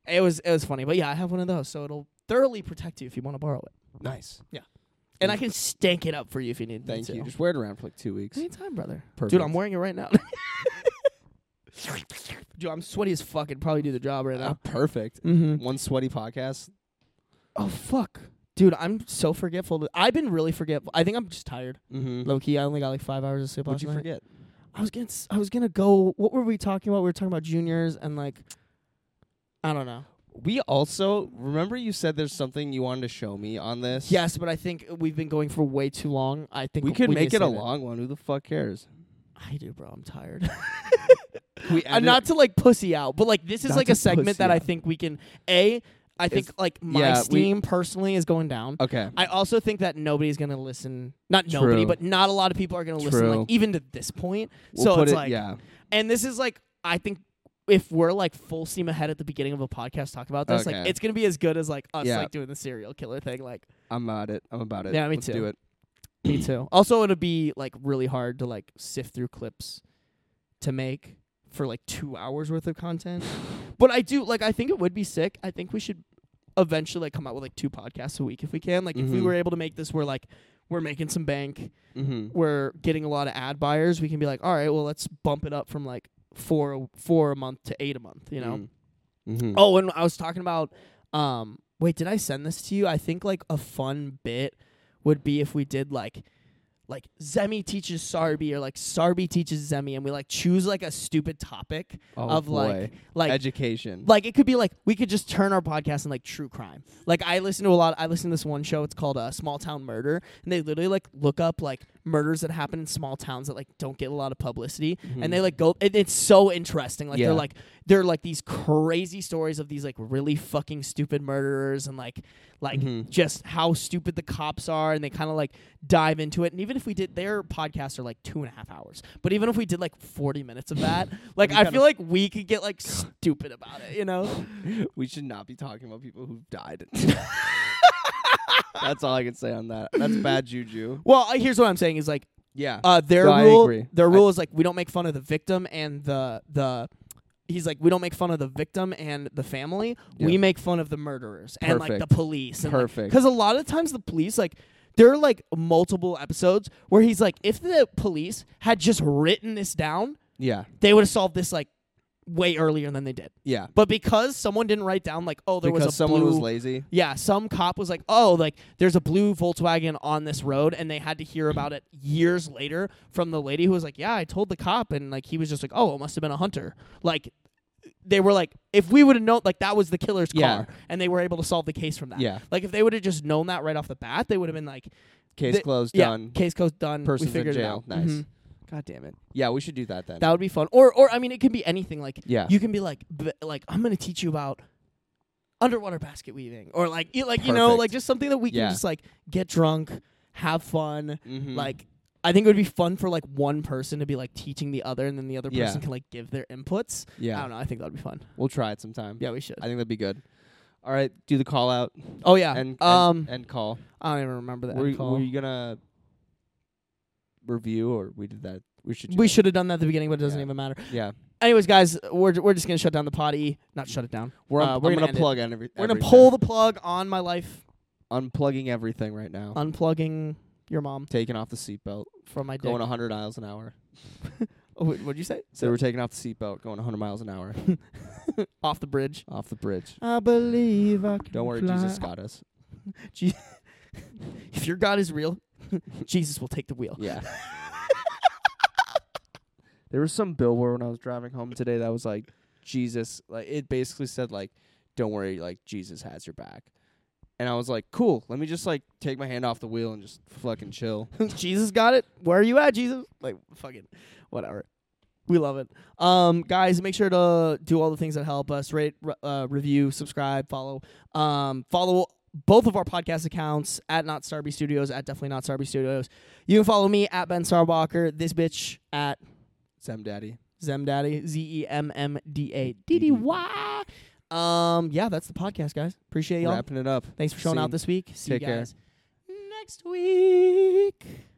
It was it was funny, but yeah, I have one of those, so it'll thoroughly protect you if you want to borrow it,
Nice.
and I can stank it up for you if you need.
Thank
me to.
you. Just wear it around for like two weeks.
Anytime, brother. Dude,
Perfect.
I'm wearing it right now. Dude, I'm sweaty as fuck. It'd probably do the job right
Ah,
now.
perfect.
Mm-hmm.
One sweaty podcast.
Oh fuck, dude, I'm so forgetful. I've been really forgetful. I think I'm just tired.
Mm-hmm.
Low key, I only got like five hours of sleep
What'd
last
you
night.
forget?
I was gonna, s- I was gonna go. What were we talking about? We were talking about juniors and like, I don't know.
We also remember you said there's something you wanted to show me on this.
Yes, but I think we've been going for way too long. I think
We could
need
make
to
it a
save
long one. Who the fuck cares?
I do, bro. I'm tired.
We
I'm
ended-
not to like pussy out, but like this is
Not
like
to
a segment
pussy
that I
out.
think we can. A, I think
It's-
like my
yeah, we-
steam personally is going down.
Okay.
I also think that nobody's gonna listen. Not nobody,
True.
but not a lot of people are gonna listen.
True.
Like even to this point.
We'll
so
put
it's
it-
like,
yeah.
and this is like, I think if we're like full steam ahead at the beginning of a podcast talking about this, like
Okay.
it's gonna be as good as like us
Yeah.
like doing the serial killer thing. Like
I'm about it. I'm about it.
Yeah, me
Let's
too.
do it.
me too. Also, it'll be like really hard to like sift through clips to make for like two hours worth of content. but I do like. I think it would be sick. I think we should eventually like come out with like two podcasts a week if we can. Like if we
Mhm.
were able to make this, we're like we're making some bank.
Mm-hmm.
we're getting a lot of ad buyers, we can be like, all right, well, let's bump it up from like four a- four a month to eight a month, you know?
Mm-hmm.
Oh, and I was talking about, um, wait, did I send this to you? I think like a fun bit would be if we did like, like Zemi teaches Sarbi or like Sarbi teaches Zemi, and we like choose like a stupid topic of like like
education.
like it could be like we could just turn our podcast in like true crime. Like I listen to a lot. I listen to this one show. It's called uh, Small Town Murder, and they literally like look up like murders that happen in small towns that like don't get a lot of publicity, and they like go. It, it's so interesting. Like
Yeah.
they're like they're like these crazy stories of these like really fucking stupid murderers and like like
Mhm.
just how stupid the cops are, and they kind of like dive into it. And even if we did their podcasts are like two and a half hours, but even if we did like forty minutes of that, like
We
I
kinda-
feel like we could get like stupid about it, you know?
we should not be talking about people who've died. That's all I can say on that. That's bad juju.
Well, I- here's what I'm saying is like
Yeah.
uh, their
No, I
rule,
agree.
their
I-
rule is like we don't make fun of the victim and the the. He's like, we don't make fun of the victim and the family. We
Yeah.
make fun of the murderers and like the
Perfect.
police. And,
Perfect.
Because a lot of times the police, like, there are like multiple episodes where he's like, if the police had just written this down,
yeah.
they would have solved this like way earlier than they did.
Yeah.
But because someone didn't write down like, oh, there
because
was a
someone
blue,
was lazy.
Yeah, some cop was like, "Oh, like there's a blue Volkswagen on this road," and they had to hear about it years later from the lady who was like, "Yeah, I told the cop," and like he was just like, "Oh, it must have been a hunter." Like they were like, if we would have known, like that was the killer's
Yeah.
car, and they were able to solve the case from that.
Yeah.
Like if they would have just known that right off the bat, they would have been like,
Case
Th-
closed.
"Yeah,
Done.
case closed, done.
Person's
we
in
figured it
jail.
out."
Nice.
Mhm. God damn it,
Yeah, we should do that then.
that would be fun. Or, or I mean, it could be anything. Like
yeah.
you can be like b- like i'm gonna teach you about underwater basket weaving or like you, like you know
Perfect.
like just something that we
Yeah.
can just like get drunk have fun
Mhm.
like i think it would be fun for like one person to be like teaching the other and then the other
Yeah.
person can like give their inputs i
yeah.
don't know i think that'd be fun
We'll try it sometime.
yeah we should
I think that'd be good. All right, do the call out
oh yeah
and, and
um
and call.
i don't even remember that
Were, you-
call.
were you gonna review or we did that? We should. do
we
that.
should have done that at the beginning but it doesn't
Yeah.
even matter
Yeah,
anyways guys we're, we're just gonna shut down the potty not shut it down
we're
Uh,
on,
we're
we're
gonna
gonna
end it.
plug on every.
we're gonna
everything.
pull the plug on my life
unplugging everything right now.
Uh, unplugging your mom
taking off the seatbelt,
from my dick.
going 100 miles an hour.
Oh, wait, what'd you say?
So we're taking off the seatbelt, going 100 miles an hour
off the bridge.
off the bridge.
I believe I can
Don't worry,
fly.
Jesus got us.
If your God is real, Jesus will take the wheel.
Yeah. there was some billboard when I was driving home today that was like Jesus like it basically said like don't worry like Jesus has your back. And I was like, "Cool, let me just like take my hand off the wheel and just fucking chill."
Jesus got it. Where are you at, Jesus? Like fucking whatever. We love it. Um guys, make sure to do all the things that help us. Rate, re- uh, review, subscribe, follow. Um follow both of our podcast accounts at Not Starby Studios, at definitely Not Starby Studios. You can follow me at Ben Starwalker, this bitch at
Sam Daddy.
Zemdaddy, Z E M M D A D D Y. Um, yeah, that's the podcast, guys. Appreciate y'all.
Wrapping it up.
Thanks for showing
See
out
you.
this week. See
Take
you
care.
guys next week.